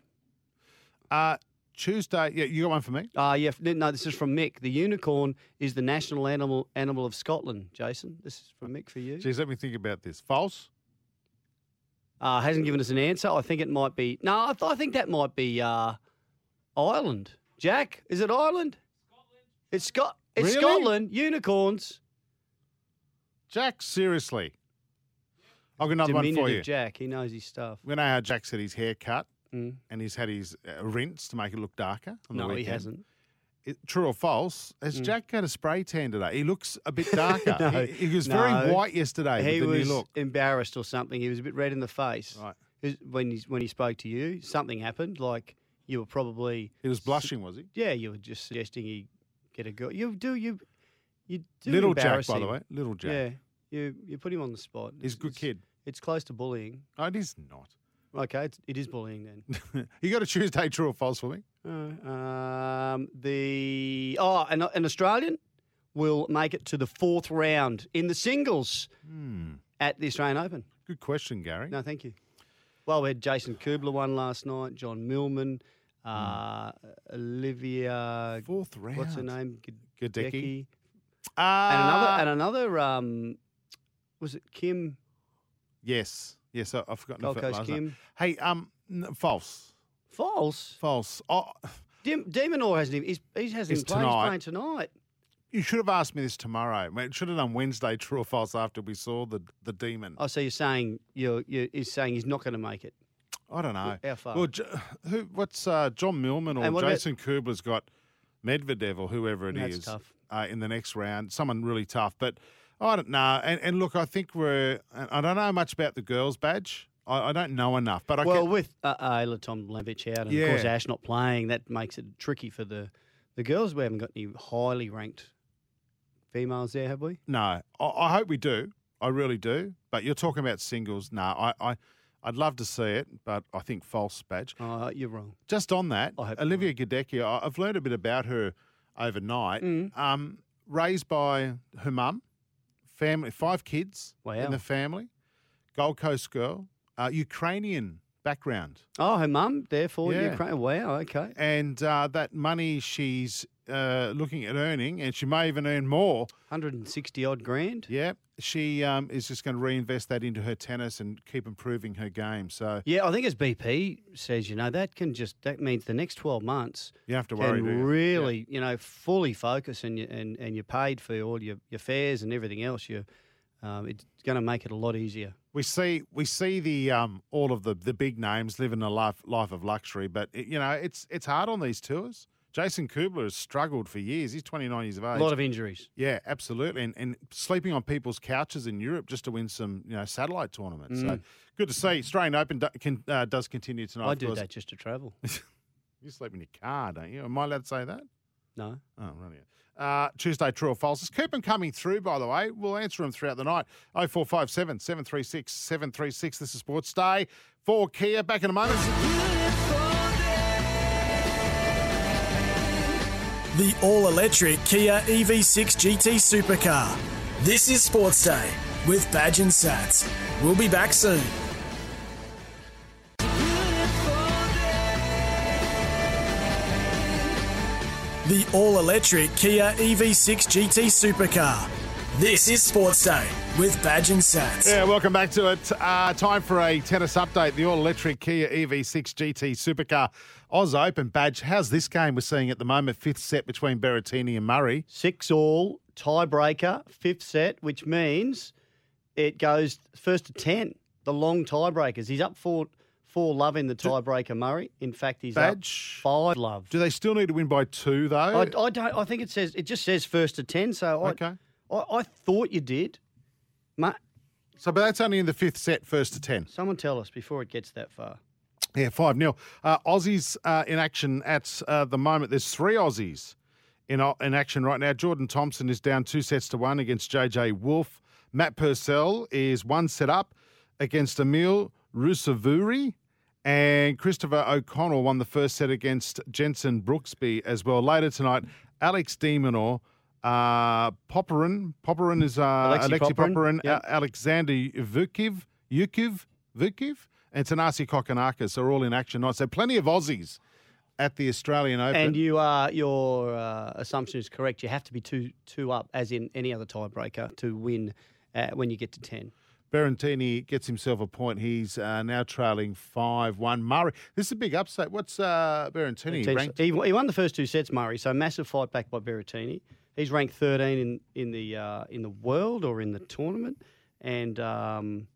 S3: Uh, Tuesday. Yeah, you got one for me.
S4: Uh, yeah. f- No, this is from Mick. The unicorn is the national animal animal of Scotland. Jason, this is from Mick for you.
S3: Geez, let me think about this. False.
S4: Uh, hasn't given us an answer. I think it might be. No, I, th- I think that might be uh, Ireland. Jack, is it Ireland? It's Scot. It's
S3: Really?
S4: Scotland. Unicorns.
S3: Jack, seriously. I've got another one for
S4: Diminutive
S3: you.
S4: Jack. He knows his stuff.
S3: We know how Jack's had his hair cut
S4: Mm.
S3: and he's had his uh, rinse to make it look darker. on the
S4: No, he
S3: weekend.
S4: hasn't.
S3: It- true or false? Has Jack got a spray tan today? He looks a bit darker.
S4: No,
S3: he, he was
S4: no.
S3: very white yesterday
S4: He
S3: with the
S4: was
S3: new look.
S4: embarrassed or something. He was a bit red in the face.
S3: Right.
S4: His- When he when he spoke to you, something happened. Like you were probably.
S3: He was blushing, was he?
S4: Yeah, you were just suggesting he get a girl. You do you. You do
S3: Little Jack,
S4: embarrass
S3: by the
S4: him.
S3: way. Little Jack.
S4: Yeah, you you put him on the spot.
S3: He's a good kid.
S4: It's close to bullying.
S3: Oh, it is not.
S4: Okay, it's, it is bullying then.
S3: You got a Tuesday true or false for me?
S4: Uh, um, the oh, an, an Australian will make it to the fourth round in the singles at the Australian Open.
S3: Good question, Gary.
S4: No, thank you. Well, we had Jason Kubler won last night. John Millman, uh, Olivia.
S3: Fourth
S4: What's her
S3: round.
S4: name? G-
S3: Gadecki.
S4: Gadecki. and another.
S3: Uh,
S4: And another. Um, was it Kim?
S3: Yes. Yes, I, I've forgotten.
S4: Gold
S3: if it
S4: Coast
S3: last night.
S4: Kim.
S3: Hey, um, n- false.
S4: False.
S3: False. Oh,
S4: Dim- Demonor hasn't even. He's, he hasn't
S3: It's
S4: even played.
S3: tonight.
S4: He's playing tonight.
S3: you should have asked me this tomorrow. Man, should have done Wednesday true or false after we saw the, the demon.
S4: Oh, so you're saying you're, you're he's saying he's not going to make it.
S3: I don't know.
S4: How far?
S3: Well, J- who? What's uh, John Millman
S4: And
S3: or
S4: what about-
S3: Jason Kubler's got Medvedev or whoever it is
S4: That's tough.
S3: Uh, in the next round? Someone really tough. But I don't know. And, and look, I think we're. and I don't know much about the girls' badge. I, I don't know enough. But I
S4: well,
S3: can,
S4: with uh, Ayla Tomljanovic out and of course
S3: Yeah.
S4: Ash not playing, that makes it tricky for the the girls. We haven't got any highly ranked females there, have we?
S3: no, I, I hope we do. I really do. But you're talking about singles. No, I, I, I'd love to see it, but I think false badge.
S4: Oh, you're wrong.
S3: Just on that,
S4: hope you're
S3: Olivia Gadecki, I- I've learned a bit about her overnight.
S4: Mm.
S3: Um, raised by her mum, family, five kids
S4: Wow.
S3: in the family, Gold Coast girl, uh, Ukrainian background,
S4: Oh, her mum, therefore
S3: Yeah.
S4: Ukraine. Wow, okay.
S3: and uh, that money she's uh, looking at earning, and she may even earn more.
S4: 160 odd grand.
S3: Yeah, she um, is just going to reinvest that into her tennis and keep improving her game. So
S4: Yeah, I think as BP says, you know, that can just that means the next 12 months
S3: you have to worry. do
S4: can
S3: you?
S4: really, you know, fully focus and you, and and you're paid for all your, your fares and everything else. You, Um, it's going to make it a lot easier.
S3: We see we see the um, all of the the big names living a life life of luxury, but it, you know it's it's hard on these tours. Jason Kubler has struggled for years. He's 29 years of age.
S4: A lot of injuries.
S3: Yeah, absolutely. And, and sleeping on people's couches in Europe just to win some you know satellite tournaments. So
S4: Mm.
S3: good to see. Australian Open do, can, uh, does continue tonight.
S4: I
S3: of
S4: do
S3: course.
S4: that just to travel.
S3: You sleep in your car, don't you? eh? Am I allowed to say that?
S4: No.
S3: Oh, right. Uh, Tuesday, true or false. Just keep them coming through, by the way. We'll answer them throughout the night. 0457 736 736. This is Sports Day for Kia. Back in a moment.
S2: The all electric Kia E EV6 GT Supercar. This is Sports Day with Badge and Sats. We'll be back soon. The all electric Kia E EV6 GT Supercar. This is Sports Day with Badge and Sats.
S3: Yeah, welcome back to it. Uh, time for a tennis update. The all electric Kia E EV6 GT Supercar Oz Open badge. How's this game we're seeing at the moment? Fifth set between Berrettini and Murray.
S4: Six all tiebreaker, fifth set, which means it goes first to ten. The long tiebreakers. He's up four four love in the tiebreaker. Murray. In fact, he's
S3: Badge?
S4: up five love.
S3: Do they still need to win by two, though?
S4: I, I don't. I think it says it just says first to ten. So I,
S3: Okay.
S4: I, I thought you did. Ma-
S3: so, but that's only in the fifth set, first to ten.
S4: Someone tell us before it gets that far.
S3: Yeah, 5 0. Uh, Aussies uh, in action at uh, the moment. There's three Aussies in, uh, in action right now. Jordan Thompson is down two sets to one against JJ Wolf. Matt Purcell is one set up against Emil Rusavuri. And Christopher O'Connell won the first set against Jensen Brooksby as well. Later tonight, Alex Demonor, uh, Popperin. Popperin is uh,
S4: Alexei
S3: Alexei
S4: Popyrin,
S3: Popperin,
S4: yep.
S3: A- Alexander Vukiv, Yukiv, Vukiv, and Tanasi Kokonakis are all in action tonight. So plenty of Aussies at the Australian Open.
S4: And you are your uh, assumption is correct. You have to be two two up, as in any other tiebreaker, to win uh, when you get to ten.
S3: Berrettini gets himself a point. He's uh, now trailing 5-1. Murray, this is a big upset. What's uh, Berrettini
S4: Ten-
S3: ranked?
S4: He, he won the first two sets, Murray. So massive fight back by Berrettini. He's ranked 13 in in the uh, in the world or in the tournament, and um,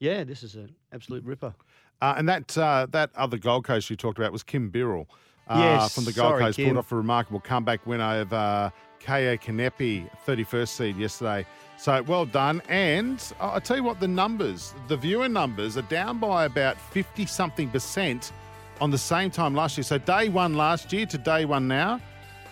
S4: yeah, this is an absolute ripper.
S3: Uh, and that uh, that other Gold Coast you talked about was Kim Birrell uh,
S4: Yes,
S3: from the Gold
S4: sorry,
S3: Coast.
S4: Kim.
S3: Pulled off a remarkable comeback win over uh, K.O. Kanepi, 31st seed yesterday. So well done. And I I tell you what, the numbers, the viewer numbers are down by about 50 something percent on the same time last year. So day one last year to day one now,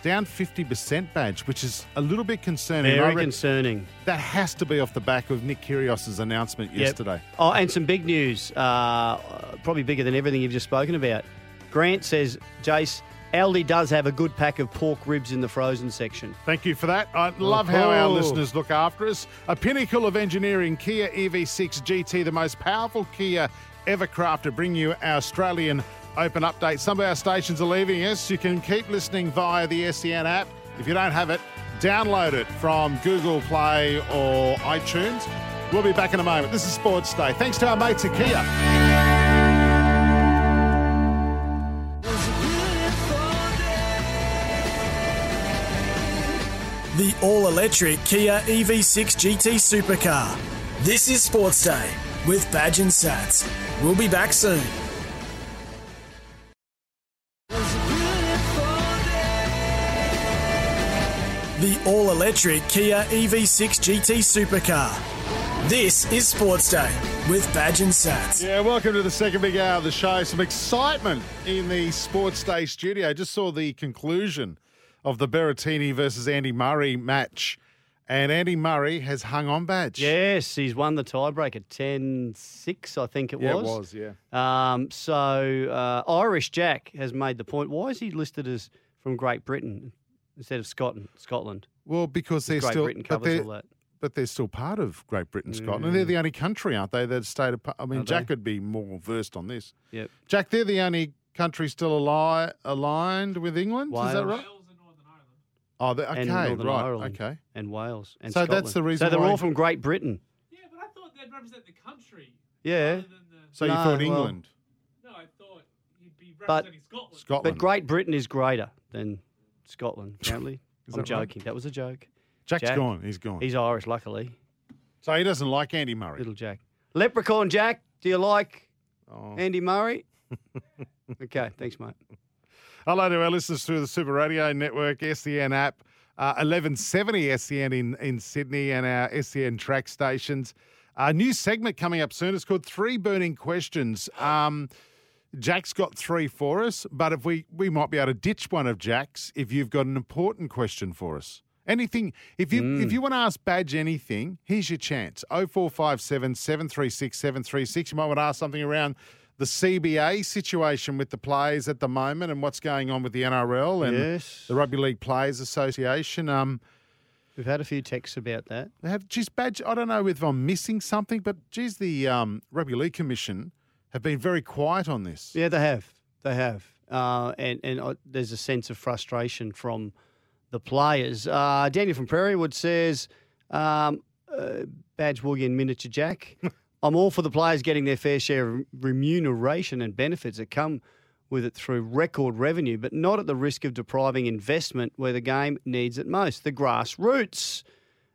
S3: down 50% badge, which is a little bit concerning.
S4: Very
S3: I reckon
S4: concerning.
S3: That has to be off the back of Nick Kyrgios's announcement
S4: Yep.
S3: yesterday.
S4: Oh, and some big news, uh, probably bigger than everything you've just spoken about. Grant says, Jace, Aldi does have a good pack of pork ribs in the frozen section.
S3: Thank you for that. I love how our
S4: Oh.
S3: listeners look after us. A pinnacle of engineering, Kia E EV6 GT, the most powerful Kia ever crafted, bring you our Australian Open update. Some of our stations are leaving us. You can keep listening via the SEN app. If you don't have it, download it from Google Play or iTunes. We'll be back in a moment. This is Sports Day. Thanks to our mates at Kia.
S2: The all electric Kia E EV6 GT Supercar. This is Sports Day with Badge and Sats. We'll be back soon. The all electric Kia E EV6 GT Supercar. This is Sports Day with Badge and Sats.
S3: Yeah, welcome to the second big hour of the show. Some excitement in the Sports Day studio. Just saw the conclusion of the Berrettini versus Andy Murray match, and Andy Murray has hung on badge.
S4: Yes, he's won the tiebreaker 10 6, I think it
S3: Yeah, it
S4: was.
S3: was, yeah.
S4: Um, so uh, Irish Jack has made the point. Why is he listed as from Great Britain instead of Scotland? Scotland.
S3: Well, because they're
S4: Great
S3: still
S4: Britain
S3: but
S4: covers
S3: they're,
S4: all that. Mm.
S3: but they're still part of Great Britain, Scotland. They're the only country, aren't they? That stayed apart. I mean,
S4: Are they?
S3: Jack would be more versed on this.
S4: Yep.
S3: Jack, they're the only country still ali- aligned with England. Is that
S4: Wales.
S3: right? Oh, they- okay,
S4: and Northern
S3: right,
S4: Ireland
S3: okay.
S4: And Wales. And
S3: So that's
S4: Scotland.
S3: the reason
S4: So they're
S3: why-
S4: all from Great Britain. Yeah,
S3: So you
S4: No,
S3: thought
S4: well,
S3: England,
S4: but
S3: Scotland.
S4: But Great Britain is greater than Scotland, apparently.
S3: Is
S4: I'm
S3: that right?
S4: joking. That was a joke.
S3: Jack's
S4: Jack-
S3: gone. He's gone.
S4: He's Irish, luckily.
S3: So he doesn't like Andy Murray.
S4: Little Jack. Leprechaun Jack, do you like
S3: Oh.
S4: Andy Murray? okay, thanks, mate.
S3: Hello to our listeners through the Super Radio Network, SEN app, uh, 1170 SEN E in, in Sydney, and our SEN track stations. A new segment coming up soon. It's called Three Burning Questions. Um, Jack's got three for us, but if we we might be able to ditch one of Jack's if you've got an important question for us. Anything if you
S4: Mm.
S3: if you want to ask Badge anything, here's your chance. 0457 736 736. You might want to ask something around the CBA situation with the players at the moment and what's going on with the NRL and
S4: Yes.
S3: the Rugby League Players Association. Um
S4: We've had a few texts about that.
S3: they have geez, badge. I don't know if I'm missing something, but geez, the um, rugby league commission have been very quiet on this.
S4: Yeah, they have. They have. Uh, and and uh, there's a sense of frustration from the players. Uh, Daniel from Prairie Wood says, um, uh, Badge Woogie and Miniature Jack, I'm all for the players getting their fair share of remuneration and benefits that come with it through record revenue, but not at the risk of depriving investment where the game needs it most the grassroots.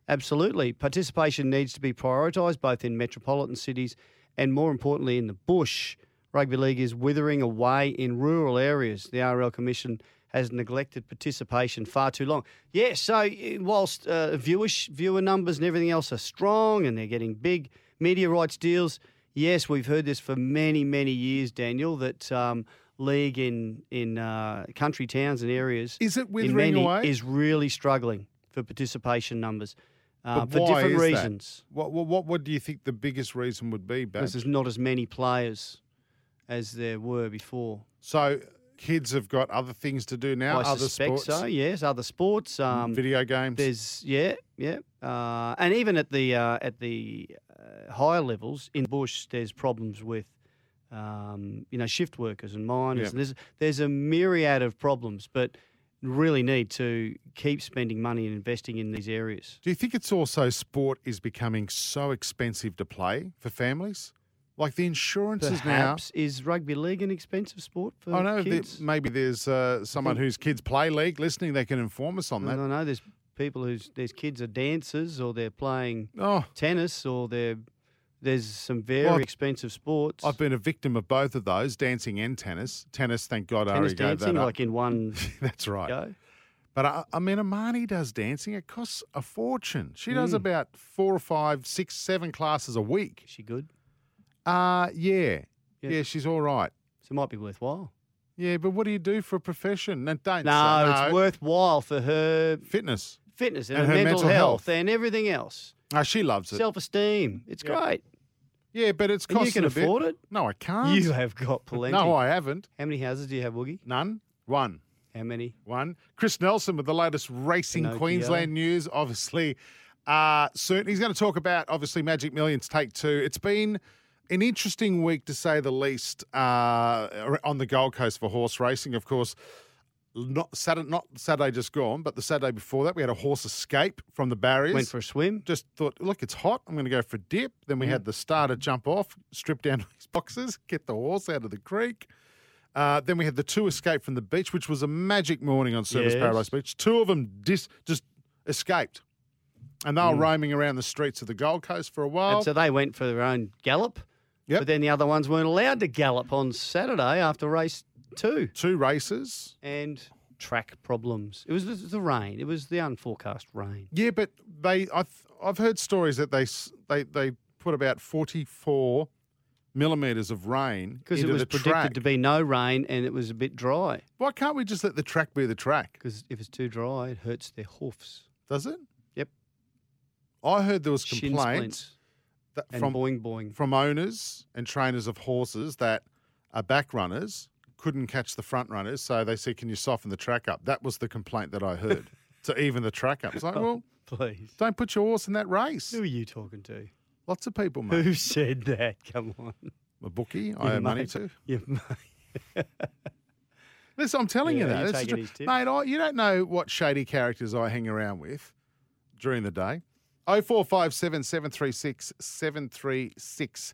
S4: Absolutely. Participation needs to be prioritised both in metropolitan cities and, more importantly, in the bush. Rugby league is withering away in rural areas. The RL Commission has neglected participation far too long. Yeah, so eh, whilst uh, viewers, viewer numbers and everything else are strong and they're getting big media rights deals, yes, we've heard this for many, many years, Daniel, that um, league in, in uh, country towns and areas
S3: Is it
S4: in
S3: withering
S4: many
S3: away?
S4: is really struggling for participation numbers uh,
S3: But
S4: for
S3: why
S4: different
S3: is that?
S4: reasons.
S3: What, what what what do you think the biggest reason would be,
S4: Because
S3: Babs?
S4: there's not as many players as there were before.
S3: So kids have got other things to do now,
S4: I
S3: other
S4: suspect
S3: sports,
S4: so. Yes, other sports. Um,
S3: video games.
S4: There's yeah, yeah, uh, and even at the uh, at the uh, higher levels in bush, there's problems with um, you know shift workers and miners.
S3: Yeah.
S4: And there's there's a myriad of problems, but really need to keep spending money and investing in these areas.
S3: Do you think it's also sport is becoming so expensive to play for families? Like the insurances
S4: Perhaps is rugby league an expensive sport for
S3: now. I know
S4: kids?
S3: that maybe there's uh, someone
S4: think-
S3: whose kids play league listening. They can inform us on
S4: I
S3: that.
S4: don't know. There's people whose there's kids are dancers or they're playing
S3: Oh.
S4: tennis or they're there's some very
S3: Well,
S4: expensive sports.
S3: I've been a victim of both of those, dancing and tennis. Tennis, thank God, I
S4: tennis
S3: already gave
S4: dancing,
S3: that up.
S4: like in one
S3: That's right.
S4: go.
S3: But uh, I, I mean, Amani does dancing. It costs a fortune. She does about four or five, six, seven classes a week.
S4: Mm. Is she good?
S3: Uh yeah.
S4: Yeah.
S3: yeah, she's all right.
S4: So it might be worthwhile.
S3: Yeah, but what do you do for a profession? No, don't.
S4: No,
S3: say-
S4: it's worthwhile for her
S3: fitness.
S4: fitness and,
S3: And
S4: her,
S3: her
S4: mental,
S3: mental
S4: health,
S3: health.
S4: and everything else.
S3: Oh, she loves it.
S4: Self esteem. It's great.
S3: yeah, but it's
S4: And
S3: costing
S4: you can
S3: a bit.
S4: afford it?
S3: No, I can't.
S4: You have got plenty.
S3: No, I haven't.
S4: How many houses do you have, Woogie?
S3: None. One.
S4: How many?
S3: One. Chris Nelson with the latest racing
S4: Pinocchio.
S3: Queensland news, obviously. Uh, soon he's going to talk about obviously Magic Millions Take Two. It's been an interesting week to say the least uh, on the Gold Coast for horse racing. Of course, not Saturday, not Saturday just gone, but the Saturday before that, we had a horse escape from the barriers
S4: Went for a swim. Mm.
S3: just thought, look, it's hot. I'm going to go for a dip. Then we had the starter jump off, strip down his boxes, get the horse out of the creek. Uh, then we had the two escape from the beach, which was a magic morning on Service
S4: Yes.
S3: Paradise Beach. Two of them dis- just escaped. And
S4: Mm.
S3: they were roaming around the streets of the Gold Coast for a while.
S4: And so they went for their own gallop.
S3: Yep.
S4: But then the other ones weren't allowed to gallop on Saturday after race two
S3: two races.
S4: and track problems. It was the- the rain. It was the unforecast rain.
S3: Yeah, but they I've, I've heard stories that they s- they they put about 44 millimeters of rain
S4: Because it
S3: into
S4: was
S3: the
S4: predicted
S3: track.
S4: to be no rain and it was a bit dry.
S3: Why can't we just let the track be the track?
S4: Because if it's too dry, it hurts their hoofs.
S3: Does it?
S4: Yep.
S3: I heard there was
S4: Shin
S3: complaints
S4: splints
S3: that
S4: and
S3: from
S4: boing boing.
S3: from owners and trainers of horses that are back runners couldn't catch the front runners, so they said, "Can you soften the track up?" That was the complaint that I heard to even the track up. It's like, well,
S4: Please.
S3: don't put your horse in that race.
S4: Who are you talking to?
S3: Lots of people, mate.
S4: Who said that? Come on.
S3: A bookie, I owe money to.
S4: You mate.
S3: Listen, I'm telling
S4: Yeah,
S3: you that.
S4: you're
S3: This is
S4: taking
S3: true.
S4: his tip.
S3: Mate, I, you don't know what shady characters I hang around with during the day. 0457 736 736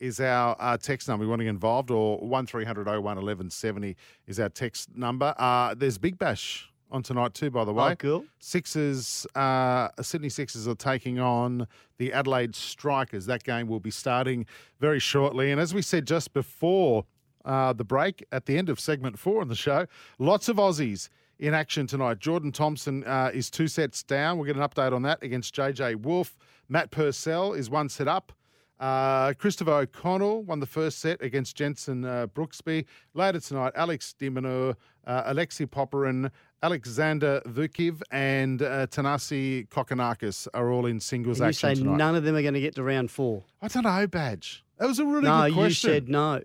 S3: is our uh, text number. You want to get oh involved? Or 1300 01 1170 is our text number. Uh, there's Big Bash on tonight too, by the way.
S4: Oh, cool.
S3: Sixers, uh, Sydney Sixers are taking on the Adelaide Strikers. That game will be starting very shortly. And as we said just before uh, the break, at the end of segment four on the show, lots of Aussies in action tonight. Jordan Thompson uh, is two sets down. We'll get an update on that against JJ Wolf. Matt Purcell is one set up. Uh, Christopher O'Connell won the first set against Jensen uh, Brooksby. Later tonight, Alex Dimonur, uh, Alexei Popperin, Alexander Vukiv, and uh, Tanasi Kokonakis are all in singles
S4: And you
S3: action
S4: say
S3: tonight.
S4: none of them are going to get to round four.
S3: I don't know, Badge. That was a really
S4: no,
S3: good question.
S4: you said no.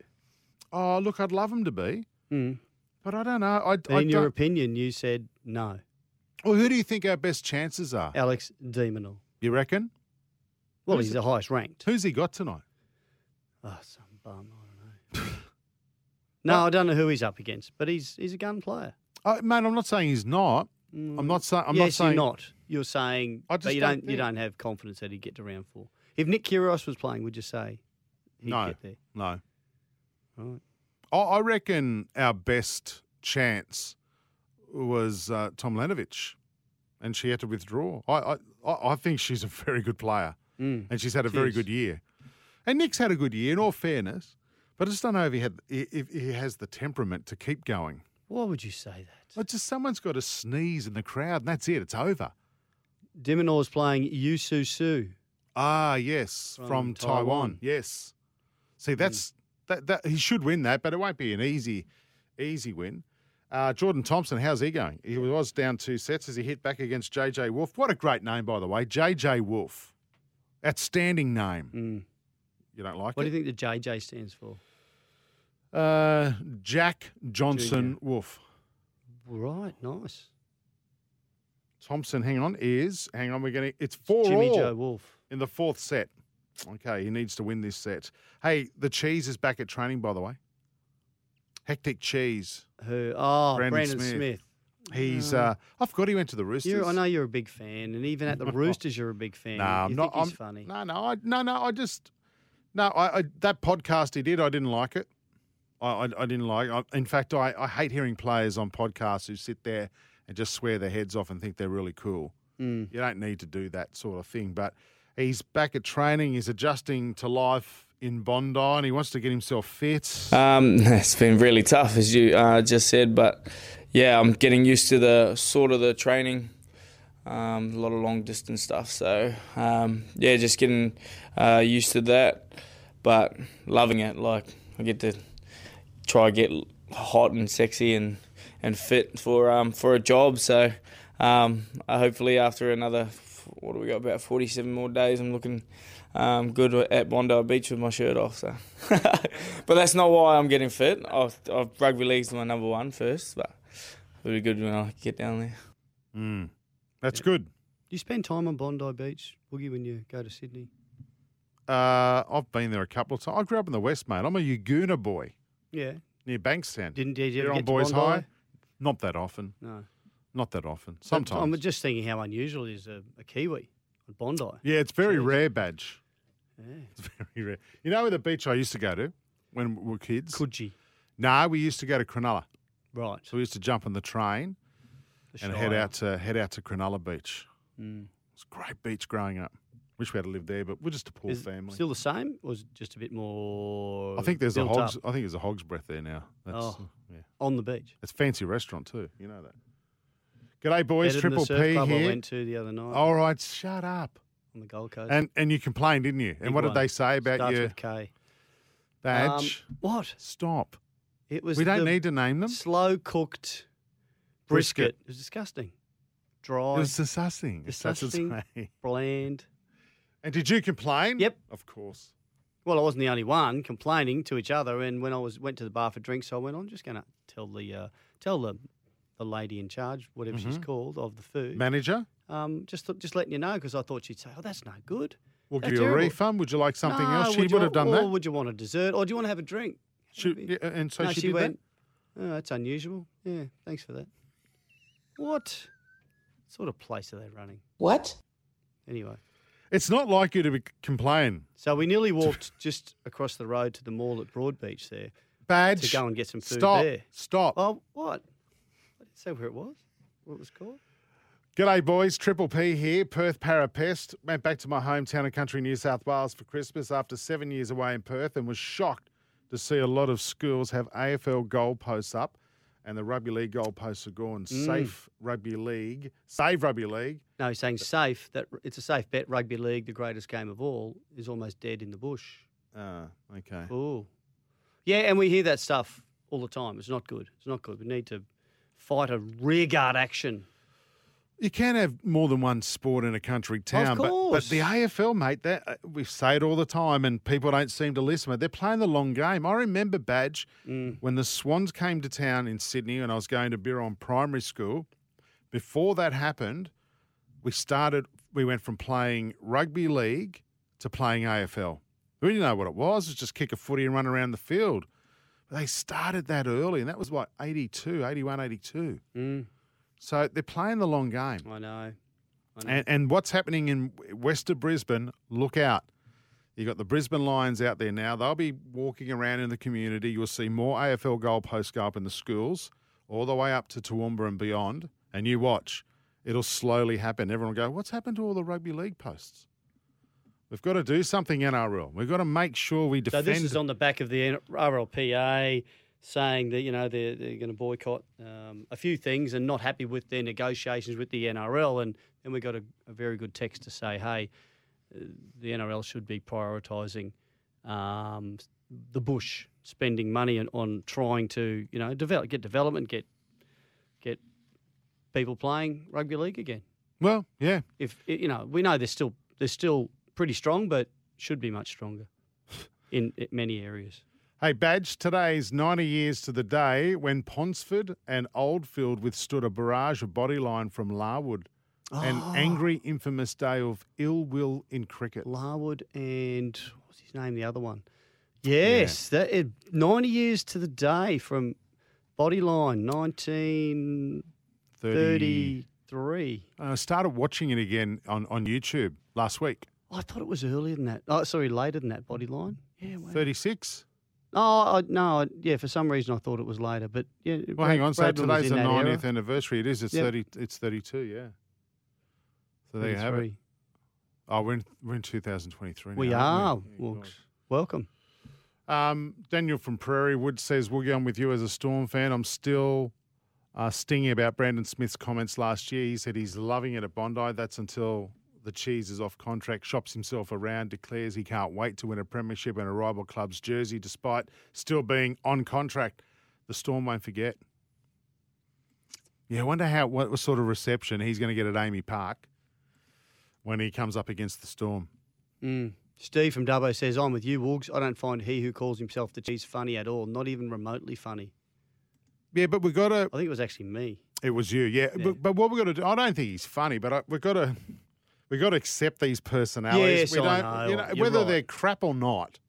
S4: Hmm.
S3: Oh, look, I'd love them to be, but I don't know. I, I
S4: In your
S3: don't-
S4: opinion, you said no.
S3: Well, who do you think our best chances are?
S4: Alex Demonor.
S3: You reckon?
S4: Well,
S3: Who's
S4: he's
S3: the-
S4: the highest ranked.
S3: Who's he got tonight?
S4: Oh, some bum. I don't know. no, I don't know who he's up against, but he's he's a gun player.
S3: Oh, man, I'm not saying he's not. I'm not saying. I'm
S4: Mm. yes,
S3: not saying
S4: you're not. You're saying,
S3: I
S4: but
S3: just
S4: you
S3: don't
S4: don't, you
S3: think-
S4: don't have confidence that he'd get to round four. If Nick Kyrgios was playing, would you say he'd
S3: No.
S4: get there?
S3: No.
S4: Right.
S3: I, I reckon our best chance was uh, Tom Lanovich, and she had to withdraw. I, I- I, I think she's a very good player,
S4: Mm.
S3: and she's had a
S4: She
S3: very
S4: is.
S3: good year. And Nick's had a good year, in all fairness, but I just don't know if he had if he has the temperament to keep going.
S4: Why would you say that?
S3: It's just someone's got to sneeze in the crowd, and that's it. It's over.
S4: Diminor's playing Yu Su Su.
S3: Ah, yes, from,
S4: From
S3: Taiwan.
S4: Taiwan. Hmm.
S3: Yes. See, that's that, that. He should win that, but it won't be an easy, easy win. Uh, Jordan Thompson, how's he going? He was down two sets as he hit back against JJ Wolf. What a great name, by the way, JJ Wolf. Outstanding name. You don't like
S4: Hmm. What
S3: it?
S4: do you think the JJ stands for?
S3: uh, Jack Johnson Wolf.
S4: Right, nice.
S3: Thompson, hang on, is hang on. We're going to. It's four
S4: Jimmy
S3: all.
S4: Joe Wolf.
S3: in the fourth set. Okay, he needs to win this set. Hey, the cheese is back at training, by the way. Hectic cheese.
S4: Who? Oh,
S3: Brandon
S4: Brandon,
S3: Smith.
S4: Smith.
S3: He's.
S4: Oh.
S3: Uh, I forgot he went to the Roosters.
S4: You're, I know you're a big fan, and even at the Roosters, you're a big fan.
S3: No, I'm
S4: you
S3: not.
S4: think he's
S3: I'm-
S4: funny.
S3: No, no, I, no, no. I just no. I, I that podcast he did, I didn't like it. I, I, I didn't like. I, in fact, I, I hate hearing players on podcasts who sit there and just swear their heads off and think they're really cool.
S4: Mm.
S3: You don't need to do that sort of thing. But he's back at training. He's adjusting to life in Bondi, and he wants to get himself fit.
S11: Um, it's been really tough, as you uh, just said, but yeah, I'm getting used to the sort of the training, um, a lot of long distance stuff. So um, yeah, just getting uh, used to that, but loving it. Like I get to try get hot and sexy and, and fit for um, for a job. So um, uh, hopefully after another what do we got about 47 more days, I'm looking um, good at Bondi Beach with my shirt off. So. But that's not why I'm getting fit. I've, I've rugby league's my number one first, but it'll be good when I get down there.
S3: Mm. That's good.
S4: Do you spend time on Bondi Beach, Boogie, when you go to Sydney?
S3: Uh, I've been there a couple of times. I grew up in the West, mate. I'm a Yuguna boy
S4: Yeah.
S3: near Bankstown.
S4: Didn't did you
S3: You're
S4: ever
S3: on
S4: get to
S3: Boys
S4: Bondi?
S3: High? Not that often.
S4: No.
S3: Not that often.
S4: But
S3: Sometimes.
S4: I'm just thinking how unusual is a, a Kiwi on Bondi.
S3: Yeah, it's very rare, Badge.
S4: Yeah.
S3: It's very rare. You know where the beach I used to go to when we were kids?
S4: Coogee.
S3: No, we used to go to Cronulla.
S4: Right.
S3: So we used to jump on the train
S4: The
S3: and head
S4: Shire.
S3: out to head out to Cronulla Beach.
S4: Mm.
S3: It's a great beach growing up. Wish we had lived there, but we're just a poor
S4: Is it
S3: family.
S4: Still the same, or is it just a bit more?
S3: I think there's a
S4: built
S3: hogs.
S4: up?
S3: I think there's a hog's breath there now. That's,
S4: Oh,
S3: yeah.
S4: on the beach.
S3: It's a fancy restaurant too. You know that. G'day, boys.
S4: Better than the
S3: Triple
S4: surf
S3: P
S4: club
S3: here.
S4: I went to the other night
S3: All right, shut up.
S4: on the Gold Coast.
S3: And and you complained, didn't you? And
S4: Big
S3: what did
S4: one.
S3: they say about
S4: Starts
S3: your
S4: with K.
S3: badge?
S4: Um, what?
S3: Stop.
S4: It was.
S3: we don't
S4: the
S3: need to name them.
S4: slow cooked
S3: Brisket.
S4: brisket. It was disgusting.
S3: It
S4: Dry,
S3: was disgusting. It's such a
S4: Disgusting.
S3: shame.
S4: bland.
S3: And did you complain?
S4: Yep.
S3: Of course.
S4: Well, I wasn't the only one complaining to each other. And when I was went to the bar for drinks, I went. I'm just going to tell the uh, tell the the lady in charge, whatever she's
S3: Mhm.
S4: called, of the food.
S3: Manager,
S4: um, just th- just letting you know because I thought she'd say, "Oh, that's no good."
S3: we'll give
S4: That's
S3: you a
S4: terrible."
S3: refund. Would you like something
S4: No,
S3: else? She would,
S4: you
S3: have
S4: wa-
S3: done
S4: or
S3: that.
S4: Would you want a dessert, or do you want to have a drink?
S3: She-
S4: Maybe.
S3: yeah, and so
S4: no,
S3: she,
S4: she,
S3: did
S4: went. Oh, that's unusual. Yeah, thanks for that. What sort of place are they running?
S3: What?
S4: Anyway,
S3: that. It's not like you to be complain.
S4: so we nearly walked just across the road to the mall at Broadbeach there
S3: Badge.
S4: to go and get some food
S3: Stop.
S4: there.
S3: Stop.
S4: Oh, what? I didn't say where it was. What was called?
S3: G'day, boys. Triple P here, Perth Parapest. Went back to my hometown of country New South Wales for Christmas after seven years away in Perth and was shocked to see a lot of schools have AFL goalposts up and the rugby league goalposts are gone.
S4: Mm.
S3: Safe rugby league, save rugby league.
S4: No, he's saying safe. That it's a safe bet. Rugby league, the greatest game of all, is almost dead in the bush.
S3: Ah, okay.
S4: Ooh. Yeah, and we hear that stuff all the time. It's not good. It's not good. We need to fight a rearguard action.
S3: You can have more than one sport in a country town, but, but
S4: course.
S3: the AFL, mate, that uh, we say it all the time, and people don't seem to listen. But they're playing the long game. I remember Badge
S4: Mm.
S3: when the Swans came to town in Sydney, and I was going to Biron Primary School. Before that happened, we started. We went from playing rugby league to playing AFL. We didn't know what it was. It was just kick a footy and run around the field. But they started that early, and that was what 82, 81, 82.
S4: Mm.
S3: So they're playing the long game.
S4: I know. I know.
S3: And, and what's happening in west of Brisbane, look out. You've got the Brisbane Lions out there now. They'll be walking around in the community. You'll see more AFL goalposts go up in the schools, all the way up to Toowoomba and beyond. And you watch, it'll slowly happen. Everyone will go, What's happened to all the rugby league posts? We've got to do something, NRL. We've got to make sure we
S4: so
S3: defend.
S4: this is on the back of the RLPA saying that you know they're, they're going to boycott um, a few things and not happy with their negotiations with the NRL. And then we got a, a very good text to say, hey, uh, the NRL should be prioritising um, the bush, spending money on, on trying to you know develop, get development, get get people playing rugby league again.
S3: Well, yeah.
S4: If you know, we know they're still they're still pretty strong, but should be much stronger in i- many areas.
S3: Hey, Badge, today's 90 years to the day when Ponsford and Oldfield withstood a barrage of bodyline from Larwood. An
S4: Oh.
S3: angry, infamous day of ill will in cricket.
S4: Larwood and what's his name? The other one. Yes, that it, ninety years to the day from Bodyline, nineteen
S3: Thirty-
S4: thirty-three.
S3: Uh, I started watching it again on, on YouTube last week.
S4: Oh, I thought it was earlier than that. Oh, sorry, later than that. Bodyline. Yeah, wow.
S3: 36?
S4: Oh I, no, I, yeah. For some reason, I thought it was later, but yeah.
S3: Well, hang on. So
S4: Bradman was
S3: today's
S4: in
S3: the
S4: that era.
S3: 90th anniversary. It is. It's,
S4: Yep.
S3: 30, it's 32, yeah. So there you have it.
S4: 33.
S3: Oh, we're in, we're in 2023 now.
S4: We are.
S3: aren't
S4: Wilkes. Welcome.
S3: Um, Daniel from Prairie Wood says, We'll get on with you as a Storm fan. I'm still uh, stinging about Brandon Smith's comments last year. He said he's loving it at Bondi. That's until the cheese is off contract, shops himself around, declares he can't wait to win a premiership and a rival club's jersey, despite still being on contract. The Storm won't forget. Yeah, I wonder how what sort of reception he's going to get at Amy Park when he comes up against the Storm.
S4: Mm. Steve from Dubbo says, I'm with you, Woogs. I don't find he who calls himself the cheese funny at all, not even remotely funny.
S3: Yeah, but we've got to.
S4: I think it was actually me.
S3: It was you, yeah. But, but what we've got to do, I don't think he's funny, but I, we've got to we've got to accept these personalities.
S4: Yes,
S3: we
S4: I
S3: don't-
S4: know.
S3: You know
S4: You're
S3: whether
S4: right.
S3: they're crap or not,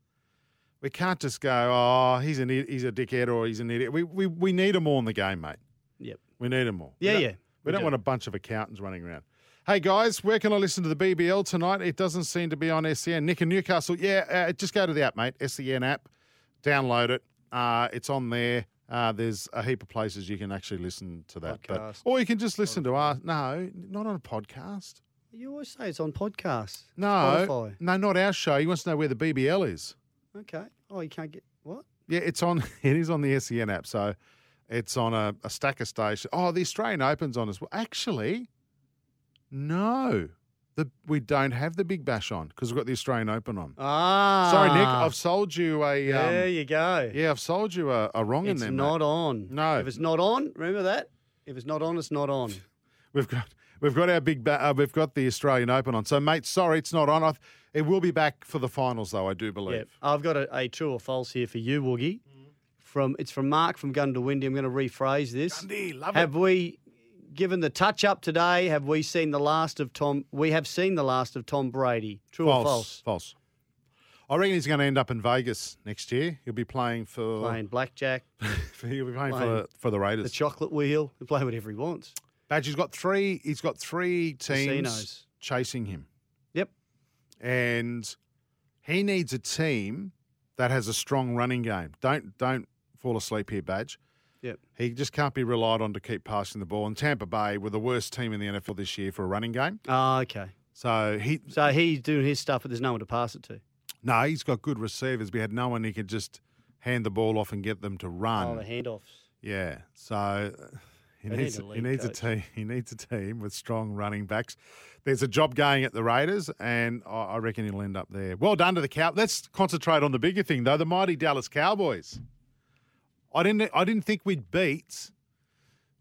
S3: we can't just go, oh, he's an i- he's a dickhead or he's an idiot. We we, we need them all in the game, mate.
S4: Yep.
S3: We need them all. We
S4: Yeah,
S3: don't-
S4: yeah,
S3: We,
S4: we
S3: don't
S4: do.
S3: want a bunch of accountants running around. Hey guys, where can I listen to the BBL tonight? It doesn't seem to be on SEN. Nick in Newcastle, yeah, uh, just go to the app, mate. SEN app, download it. Uh, it's on there. Uh, there's a heap of places you can actually listen to that. but-
S4: Podcast.
S3: or you can just listen to our no, not on a podcast.
S4: You always say it's on podcasts.
S3: No,
S4: Spotify.
S3: no, not our show. He wants to know where the BBL is.
S4: Okay. Oh, you can't get what?
S3: Yeah, it's on. It is on the SEN app, so it's on a, a stack of stations. Oh, the Australian Open's on as well. Actually, no, the, we don't have the Big Bash on because we've got the Australian Open on.
S4: Ah.
S3: Sorry, Nick, I've sold you a. Um,
S4: There you go.
S3: yeah, I've sold you a, a wrong in
S4: It's
S3: there. mate.
S4: not on.
S3: No.
S4: If it's not on, remember that? If it's not on, it's not on.
S3: We've got we've got our big ba- uh, we've got the Australian Open on. So mate, sorry, it's not on. I, th- it will be back for the finals though. I do believe.
S4: Yep. I've got a, a true or false here for you, Woogie.
S3: Mm-hmm.
S4: From it's from Mark from Gundawindi. I'm going to rephrase this.
S3: Gundy, love it.
S4: have we given the touch up today? Have we seen the last of Tom? We have seen the last of Tom Brady. True or false?
S3: False. I reckon he's going to end up in Vegas next year. He'll be playing for
S4: Playing blackjack,
S3: he'll be playing, for,
S4: playing
S3: the, for the
S4: the
S3: Raiders.
S4: chocolate wheel. He play whatever he wants.
S3: Badge, he's got three. He's got three teams
S4: Casinos.
S3: chasing him.
S4: Yep.
S3: and he needs a team that has a strong running game. Don't don't fall asleep here, Badge.
S4: Yep.
S3: He just can't be relied on to keep passing the ball. And Tampa Bay were the worst team in the NFL this year for a running game.
S4: Oh, okay.
S3: So he
S4: So he's doing his stuff, but there's no one to pass it to.
S3: No, he's got good receivers. We had no one he could just hand the ball off and get them to run.
S4: Oh, the handoffs.
S3: Yeah, so uh, he
S4: They need
S3: needs
S4: a
S3: he
S4: lead
S3: needs
S4: coach.
S3: a team he needs a team with strong running backs. There's a job going at the Raiders, and I, I reckon he'll end up there. Well done to the cow. Let's concentrate on the bigger thing though, the mighty Dallas Cowboys. I didn't I didn't think we'd beat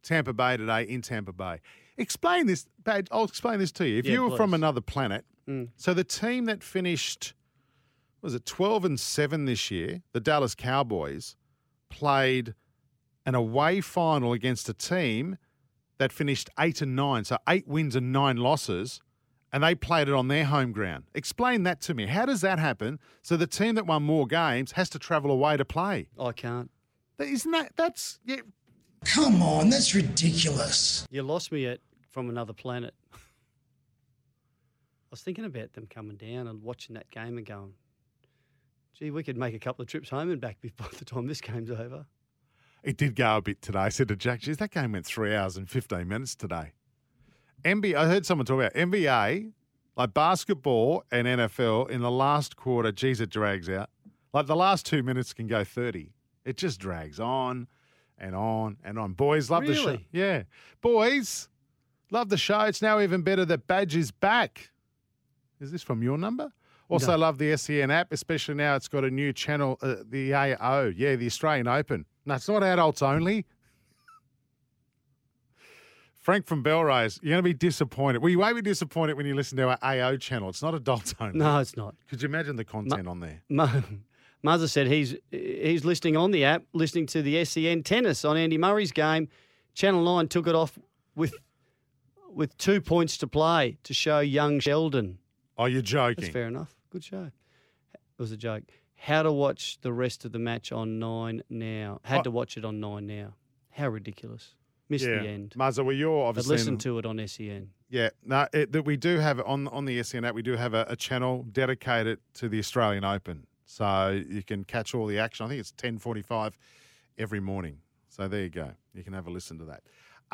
S3: Tampa Bay today in Tampa Bay. Explain this, Badge. I'll explain this to you. If
S4: Yeah,
S3: you were from
S4: please.
S3: another planet,
S4: Mm.
S3: so the team that finished was it 12 and 7 this year, the Dallas Cowboys, played an away final against a team that finished 8 and 9, so 8 wins and 9 losses, and they played it on their home ground. Explain that to me. How does that happen? So the team that won more games has to travel away to play.
S4: I can't.
S3: That- Isn't that that's yeah.
S4: Come on, that's ridiculous. You lost me at from another planet. I was thinking about them coming down and watching that game and going, gee, we could make a couple of trips home and back by the time this game's over.
S3: It did go a bit today. I said to Jack, geez, that game went three hours and 15 minutes today. NBA, I heard someone talk about NBA, like basketball and NFL in the last quarter, geez, it drags out. Like the last two minutes can go 30. It just drags on and on and on. Boys, love the show.
S4: Really?
S3: Yeah. Boys, love the show. It's now even better that Badge is back. Is this from your number? Also,
S4: No.
S3: love the SEN app, especially now it's got a new channel, uh, the AO. Yeah, the Australian Open. No, it's not adults only. Frank from Belrose, you're going to be disappointed. Well, you won't be disappointed when you listen to our AO channel. It's not adults only.
S4: No, it's not.
S3: Could you imagine the content on there?
S4: Mo- Muzza said he's he's listening on the app, listening to the SEN tennis on Andy Murray's game. Channel Nine took it off with with two points to play to show young Sheldon.
S3: Oh, you're joking.
S4: That's fair enough. Good show. It was a joke. How to watch the rest of the match on Nine now? Had to watch it on Nine now. How ridiculous! Missed
S3: Yeah.
S4: the end.
S3: Muzza, well, you're
S4: But
S3: obviously.
S4: listen
S3: in-
S4: to it on E SEN.
S3: Yeah, no, it, that we do have on on the SEN app. We do have a, a channel dedicated to the Australian Open, so you can catch all the action. I think it's ten forty five every morning. So there you go. You can have a listen to that.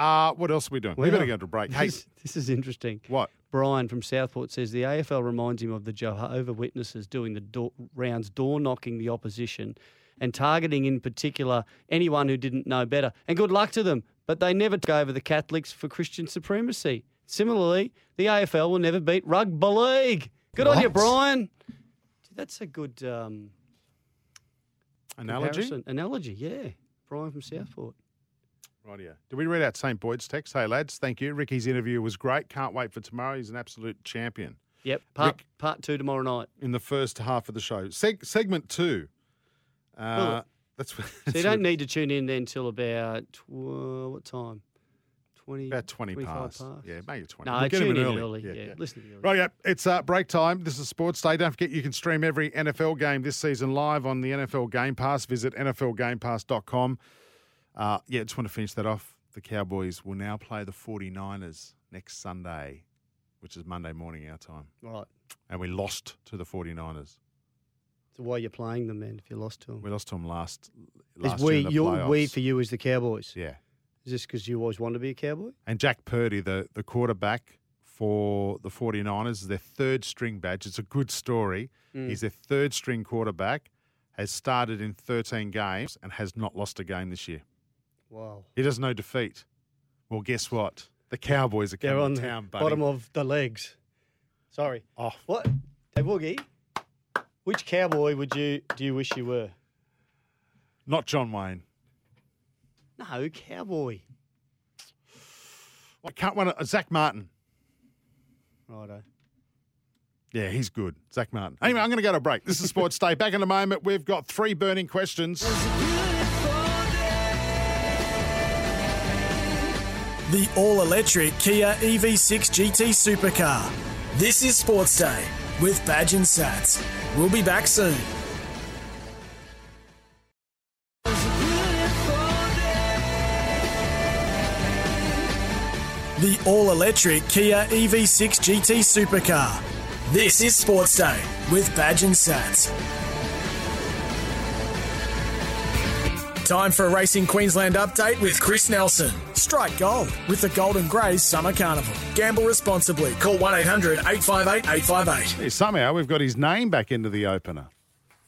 S3: Uh, what else are we doing? We
S4: Well,
S3: better go to break. Hey,
S4: This, this is interesting.
S3: What?
S4: Brian from Southport says the AFL reminds him of the Jehovah Witnesses doing the door, rounds, door knocking the opposition, and targeting in particular anyone who didn't know better. And good luck to them, but they never took over the Catholics for Christian supremacy. Similarly, the AFL will never beat rugby league. Good on you,
S3: What?
S4: Brian. Gee, That's a good um,
S3: analogy.
S4: comparison. Analogy, yeah. Brian from Southport.
S3: Rightio. Do we read out St. Boyd's text? Hey lads, thank you. Ricky's interview was great. Can't wait for tomorrow. He's an absolute champion.
S4: Yep. Part part two tomorrow night.
S3: In the first half of the show, Seg- segment two. Uh,
S4: Well,
S3: that's so
S4: So you don't need to tune in then till about uh, what time? Twenty. About
S3: twenty past. Yeah, maybe twenty.
S4: No,
S3: We'll get him
S4: tune
S3: in
S4: in
S3: early.
S4: early.
S3: Yeah,
S4: Yeah,
S3: yeah.
S4: listen to the early.
S3: Right, yeah, it's uh, break time. This is Sports Day. Don't forget you can stream every NFL game this season live on the NFL Game Pass. Visit NFLGamePass.com. Uh, yeah, just want to finish that off. The Cowboys will now play the 49ers next Sunday, which is Monday morning our time.
S4: Right.
S3: And we lost to the 49ers.
S4: So why you're playing them then if you lost to them?
S3: We lost to them last, last
S4: Is
S3: year
S4: we
S3: in the
S4: your we
S3: playoffs.
S4: for you is the Cowboys?
S3: Yeah.
S4: Is this because you always wanted to be a Cowboy?
S3: And Jack Purdy, the, the quarterback for the 49ers, is their third string badge. It's a good story.
S4: Mm.
S3: He's their third string quarterback, has started in 13 games and has not lost a game this year.
S4: Wow.
S3: He does no defeat. Well, guess what? The Cowboys are
S4: They're
S3: coming
S4: on
S3: to
S4: the
S3: town, buddy.
S4: bottom of the legs. Sorry.
S3: Oh.
S4: What? Hey Woogie, which Cowboy would you do you wish you were?
S3: Not John Wayne.
S4: No, Cowboy.
S3: I can't want to, Zach Martin.
S4: Righto.
S3: Yeah, he's good. Zach Martin. Anyway, I'm going to go to break. This is Sports Day. Back in a moment. We've got three burning questions.
S2: The all electric Kia E EV6 GT Supercar. This is Sports Day with Badge and Sats. We'll be back soon. The all electric Kia E EV6 GT Supercar. This is Sports Day with Badge and Sats. Time for a Racing Queensland update with Chris Nelson. Strike gold with the Golden Greys Summer Carnival. Gamble responsibly. Call 1 800 858 858.
S3: Hey, somehow we've got his name back into the opener.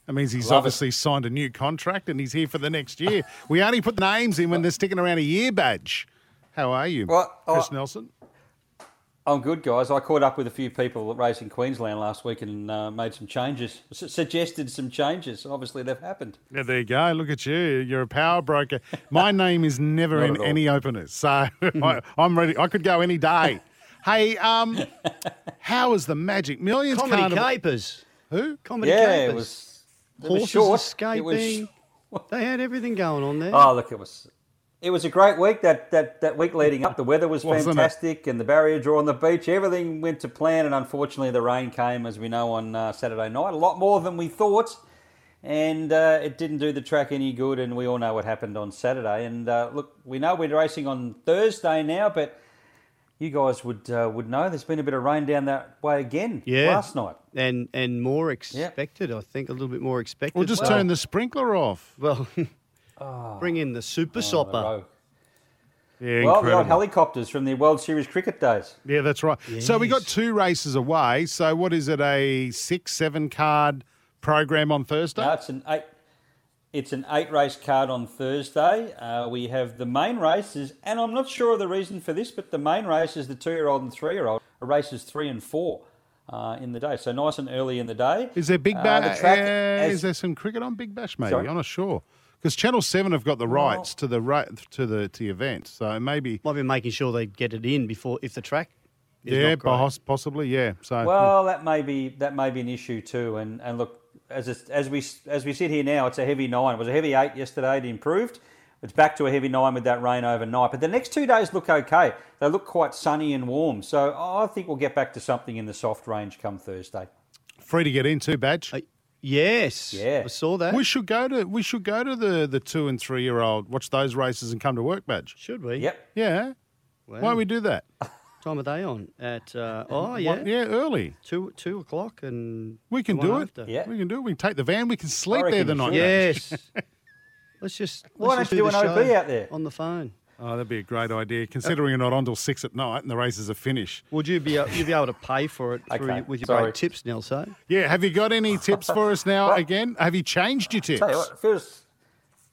S3: That means he's
S2: Love it.
S3: obviously signed a new contract and he's here for the next year. we only put names in when they're sticking around a year badge. How are you,
S12: Oh,
S3: Chris Nelson?
S12: I'm good, guys. I caught up with a few people at Racing Queensland last week and uh, made some changes, su- suggested some changes. Obviously, they've happened.
S3: Yeah, there you go. Look at you. You're a power broker. My name is never
S12: Not
S3: in
S12: at all. Hmm.
S3: any openers, so I, I'm ready. I could go any day. hey, um, how was the Magic Millions
S4: Comedy
S3: Carnival-
S4: capers.
S3: Who?
S4: Comedy
S12: Yeah, it
S4: capers.
S12: was- it was
S4: Horses
S12: short. It was
S4: escaping. They had everything going on there.
S12: Oh, look, it was it was a great week. That that, that week leading up, the weather was
S4: Wasn't it?
S12: fantastic, and the barrier draw on the beach, everything went to plan. And unfortunately, the rain came, as we know, on uh, Saturday night, a lot more than we thought, and uh, it didn't do the track any good. And we all know what happened on Saturday. And uh, look, we know we're racing on Thursday now, but you guys would uh, would know there's been a bit of rain down that way again
S4: yeah.
S12: last night.
S4: And and more expected, I think, a little bit more expected.
S3: We'll just
S4: So-
S3: turn the sprinkler off.
S4: Well,
S12: Oh.
S4: bring in the super sopper.
S3: Yeah,
S12: well, the
S3: incredible.
S12: old helicopters from the World Series cricket days.
S3: Yeah, that's right. So we got two races away. So what is it? A six, seven card program on Thursday.
S12: No, it's an eight. It's an eight race card on Thursday. Uh, we have the main races, and I'm not sure of the reason for this, but the main race is the two year old and three year old. Races three and four uh, in the day, so nice and early in the day.
S3: Is there Big
S12: Uh,
S3: Bash?
S12: the track has-
S3: is there some cricket on Big Bash? Maybe
S12: Sorry? Oh.
S3: I'm not sure because Channel Seven have got the
S12: Well-
S3: rights to the right to the to the event. So maybe
S4: might be making sure they get it in before if the track. is
S3: Yeah,
S4: not great.
S3: pos- possibly. Yeah. So Hmm.
S12: Well, that may be that may be an issue too. And and look, as it's, as we as we sit here now, it's a heavy nine. It was a heavy eight yesterday. It improved. It's back to a heavy nine with that rain overnight. But the next two days look okay. They look quite sunny and warm. So I think we'll get back to something in the soft range come Thursday.
S3: free to get into badge.
S4: yes.
S12: Yeah. I
S4: saw that.
S3: We should go to we should go to the the two and three year old watch those races and come to work badge.
S4: Should we?
S12: Yep.
S3: Yeah. Why don't we do that?
S4: Time of day on at uh, oh
S3: One-
S4: yeah
S3: yeah early
S4: two two o'clock and
S3: We can
S4: the
S3: do
S4: one
S3: it.
S4: after.
S3: We can do it. We can take the van. We can sleep
S4: reckon
S3: there the
S4: we
S3: night.
S4: should. Yes. Let's just
S3: Why
S4: let's
S3: don't
S4: just
S3: you do
S4: the
S3: an OB
S4: show
S3: out there?
S4: on the phone?
S3: Oh, that'd be a great idea. Considering you're not on till six at night and the races are finished.
S4: Would you be you'd be able to pay for it through,
S3: Okay,
S4: with your
S3: sorry.
S4: great tips, Nelson?
S3: Yeah. Have you got any tips for us now? again, have you changed your tips?
S12: Tell you what, it feels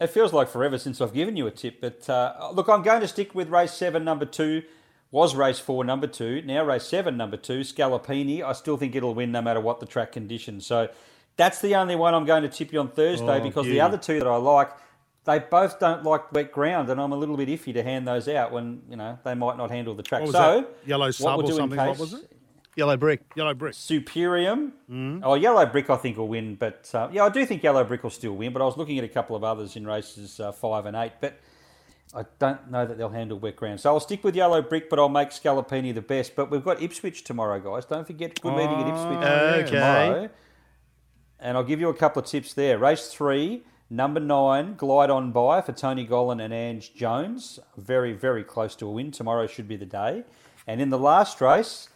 S12: it feels like forever since I've given you a tip. But uh, look, I'm going to stick with race seven, number two. Was race four number two, now race seven number two, Scalapini. I still think it'll win no matter what the track conditions. So that's the only one I'm going to tip you on
S4: Oh,
S12: Thursday because
S4: beauty.
S12: the other two that I like, they both don't like wet ground, and I'm a little bit iffy to hand those out when you know they might not handle the track.
S3: What was
S12: so
S3: that? Yellow
S12: what
S3: sub
S12: we'll
S3: or
S12: do in
S3: something? What
S12: case-
S3: was it?
S4: Yellow brick.
S3: Yellow brick. Mm.
S12: Superium. Oh, Yellow Brick, I think, will win. But uh, yeah, I do think Yellow Brick will still win. But I was looking at a couple of others in races uh, five and eight. But I don't know that they'll handle wet ground. So I'll stick with Yellow Brick, but I'll make Scalapini the best. But we've got Ipswich tomorrow, guys. Don't forget, good meeting at Ipswich
S4: Oh, okay.
S12: tomorrow. And I'll give you a couple of tips there. Race three, number nine, glide on by for Tony Golan and Ange Jones. Very, very close to a win. Tomorrow should be the day. And in the last race,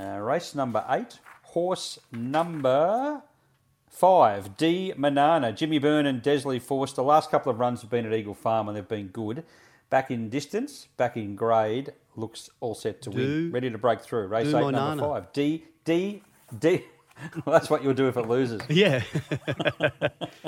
S12: uh, race number eight, horse number five, D Manana. Jimmy Byrne and Desley Forster. Last couple of runs have been at Eagle Farm and they've been good. Back in distance, back in grade, looks all set to
S4: Do-
S12: win. Ready to break through. Race
S4: do
S12: eight,
S4: Manana.
S12: number five. D, D, D. Well, that's what you'll do if it loses.
S4: Yeah.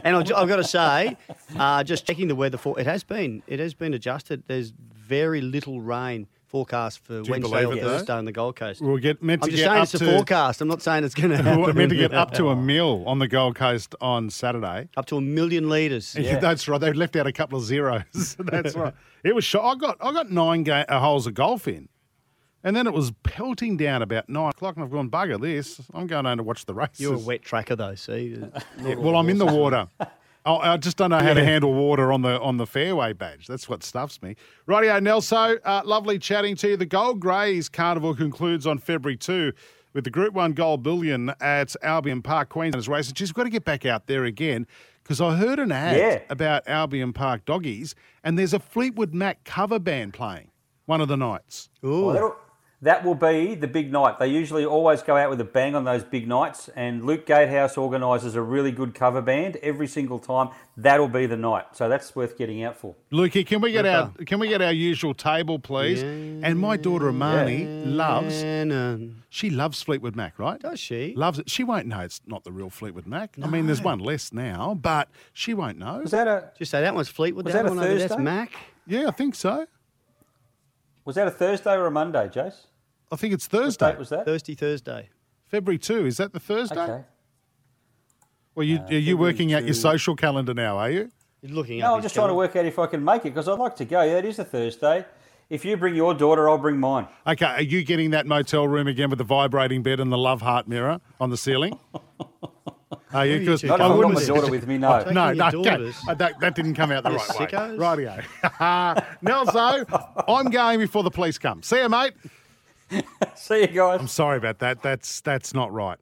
S4: and I've, I've got to say, uh, just checking the weather for it has been it has been adjusted. There's very little rain forecast for
S3: Do you
S4: Wednesday or
S3: believe it, though?
S4: Thursday on the Gold Coast.
S3: We'll get meant
S4: I'm
S3: to
S4: just
S3: get
S4: saying
S3: up
S4: it's a
S3: to-
S4: forecast. I'm not saying it's going to happen.
S3: We're meant to get up to a mill on the Gold Coast on Saturday.
S4: Up to a million litres. Yeah.
S3: that's right. They left out a couple of zeros. that's right. It was shot. I got I got nine ga- uh, holes of golf in, and then it was pelting down about nine o'clock, and I've gone bugger this. I'm going home to watch the race.
S4: You're a wet tracker though, see.
S3: Yeah, well, I'm in the water. Oh, I just don't know how to
S4: Yeah.
S3: handle water on the on the fairway badge. That's what stuffs me. Rightio, Nelso, uh, lovely chatting to you. The Gold Greys Carnival concludes on February 2 with the Group 1 Gold Billion at Albion Park, Queensland's race. And she's got to get back out there again because I heard an ad
S12: Yeah.
S3: about Albion Park doggies and there's a Fleetwood Mac cover band playing one of the nights.
S12: Oh, Well, that'll, That will be the big night. They usually always go out with a bang on those big nights, and Luke Gatehouse organises a really good cover band every single time. That'll be the night. So that's worth getting out for.
S3: Lukey, can we get our can we get our usual table, please? And my daughter Imani
S12: uh,
S3: loves she loves Fleetwood Mac, right? Does
S4: she?
S3: Loves it. She won't know it's not the real Fleetwood Mac. I mean, there's one less now, but she won't know. Was
S12: that a
S4: Just say that one's Fleetwood.
S12: Was
S4: that,
S12: that a
S4: one over there's
S12: Thursday?
S4: Mac.
S3: Yeah, I think so.
S12: Was that a Thursday or a Monday, Jace?
S3: I think it's Thursday.
S12: date was that?
S4: Thirsty Thursday.
S3: February two. Is that the Thursday?
S12: Okay.
S3: Well,
S4: Uh,
S3: you, are you working out your
S12: two.
S3: social calendar now? Are you?
S4: You're looking
S12: No, I'm just trying to work out if I can make it because I'd like to go. That is a Thursday. If you bring your daughter, I'll bring mine.
S3: Okay. Are you getting that motel room again with the vibrating bed and the love heart mirror on the ceiling? Are you?
S12: Who are you
S3: Because
S12: two Not if I've got my daughter with me, no.
S3: I- No,
S12: Taking your
S3: no. Okay.
S12: daughters?
S3: Uh, That, that didn't come out the
S12: You
S3: right way.
S12: sickos.
S3: Rightio. Nelso, I'm going before the police come. See you, mate.
S12: See you guys.
S3: I'm sorry about that. That's that's not right.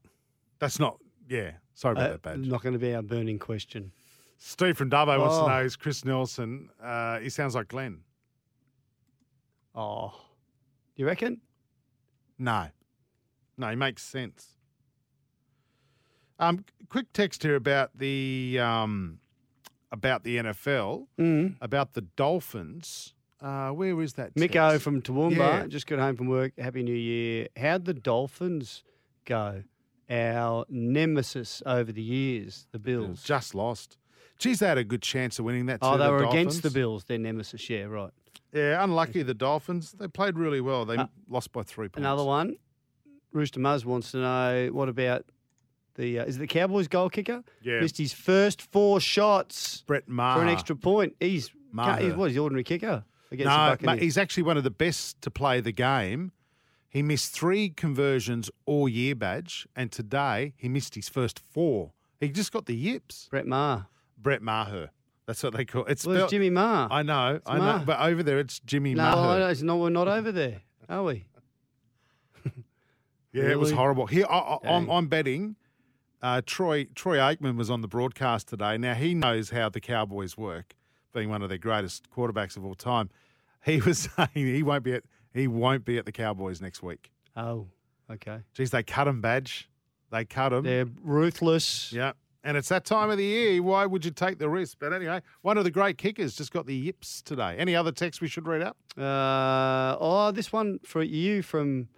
S3: That's not. Yeah. Sorry
S12: Uh,
S3: about that, Badge.
S4: Uh, Not going to be our burning question.
S3: Steve from Dubbo wants to
S4: Oh.
S3: know is Chris Nelson. Uh, he sounds like Glenn.
S4: Oh, you reckon?
S3: No. No, he makes sense. Um, quick text here about the um, about the NFL,
S4: Mm.
S3: about the Dolphins. Uh, where is that?
S4: Miko
S3: text?
S4: from Toowoomba
S3: Yeah.
S4: just got home from work. Happy New Year. How'd the Dolphins go? Our nemesis over the years, the Bills.
S3: Just lost. Geez, they had a good chance of winning that.
S4: Oh,
S3: too,
S4: they
S3: the
S4: were against the
S3: Dolphins.
S4: Bills, their nemesis. Yeah, right.
S3: Yeah, unlucky the Dolphins. They played really well. They
S4: Uh,
S3: lost by three points.
S4: Another one. Rooster Muzz wants to know what about the uh, is it the Cowboys goal kicker?
S3: Yeah.
S4: missed his first four shots.
S3: Brett Maher
S4: for an extra point. He's,
S3: Maher.
S4: can't- he's what? He's the ordinary kicker against the
S3: No, mate,
S4: Buccaneers.
S3: he's actually one of the best to play the game. He missed three conversions all year, badge, and today he missed his first four. He just got the yips.
S4: Brett Maher.
S3: Brett Maher. That's what they call it. It's
S4: Well, it's
S3: spelled-
S4: Jimmy Maher.
S3: I know, I know,
S4: Maher.
S3: but over there it's Jimmy
S4: no, I
S3: Maher.
S4: know, it's not, we're not over there, are we?
S3: Yeah, it was
S4: Really?
S3: horrible. Here, I, I, I'm,
S4: Dang.
S3: I'm betting. Uh, Troy Troy Aikman was on the broadcast today. Now he knows how the Cowboys work, being one of their greatest quarterbacks of all time. He was saying he won't be at he won't be at the Cowboys next week.
S4: Oh, okay.
S3: Geez, they cut him, badge. They cut him.
S4: They're ruthless.
S3: Yeah, and it's that time of the year. Why would you take the risk? But anyway, one of the great kickers just got the yips today. Any other text we should read out?
S4: Uh, oh, this one for you from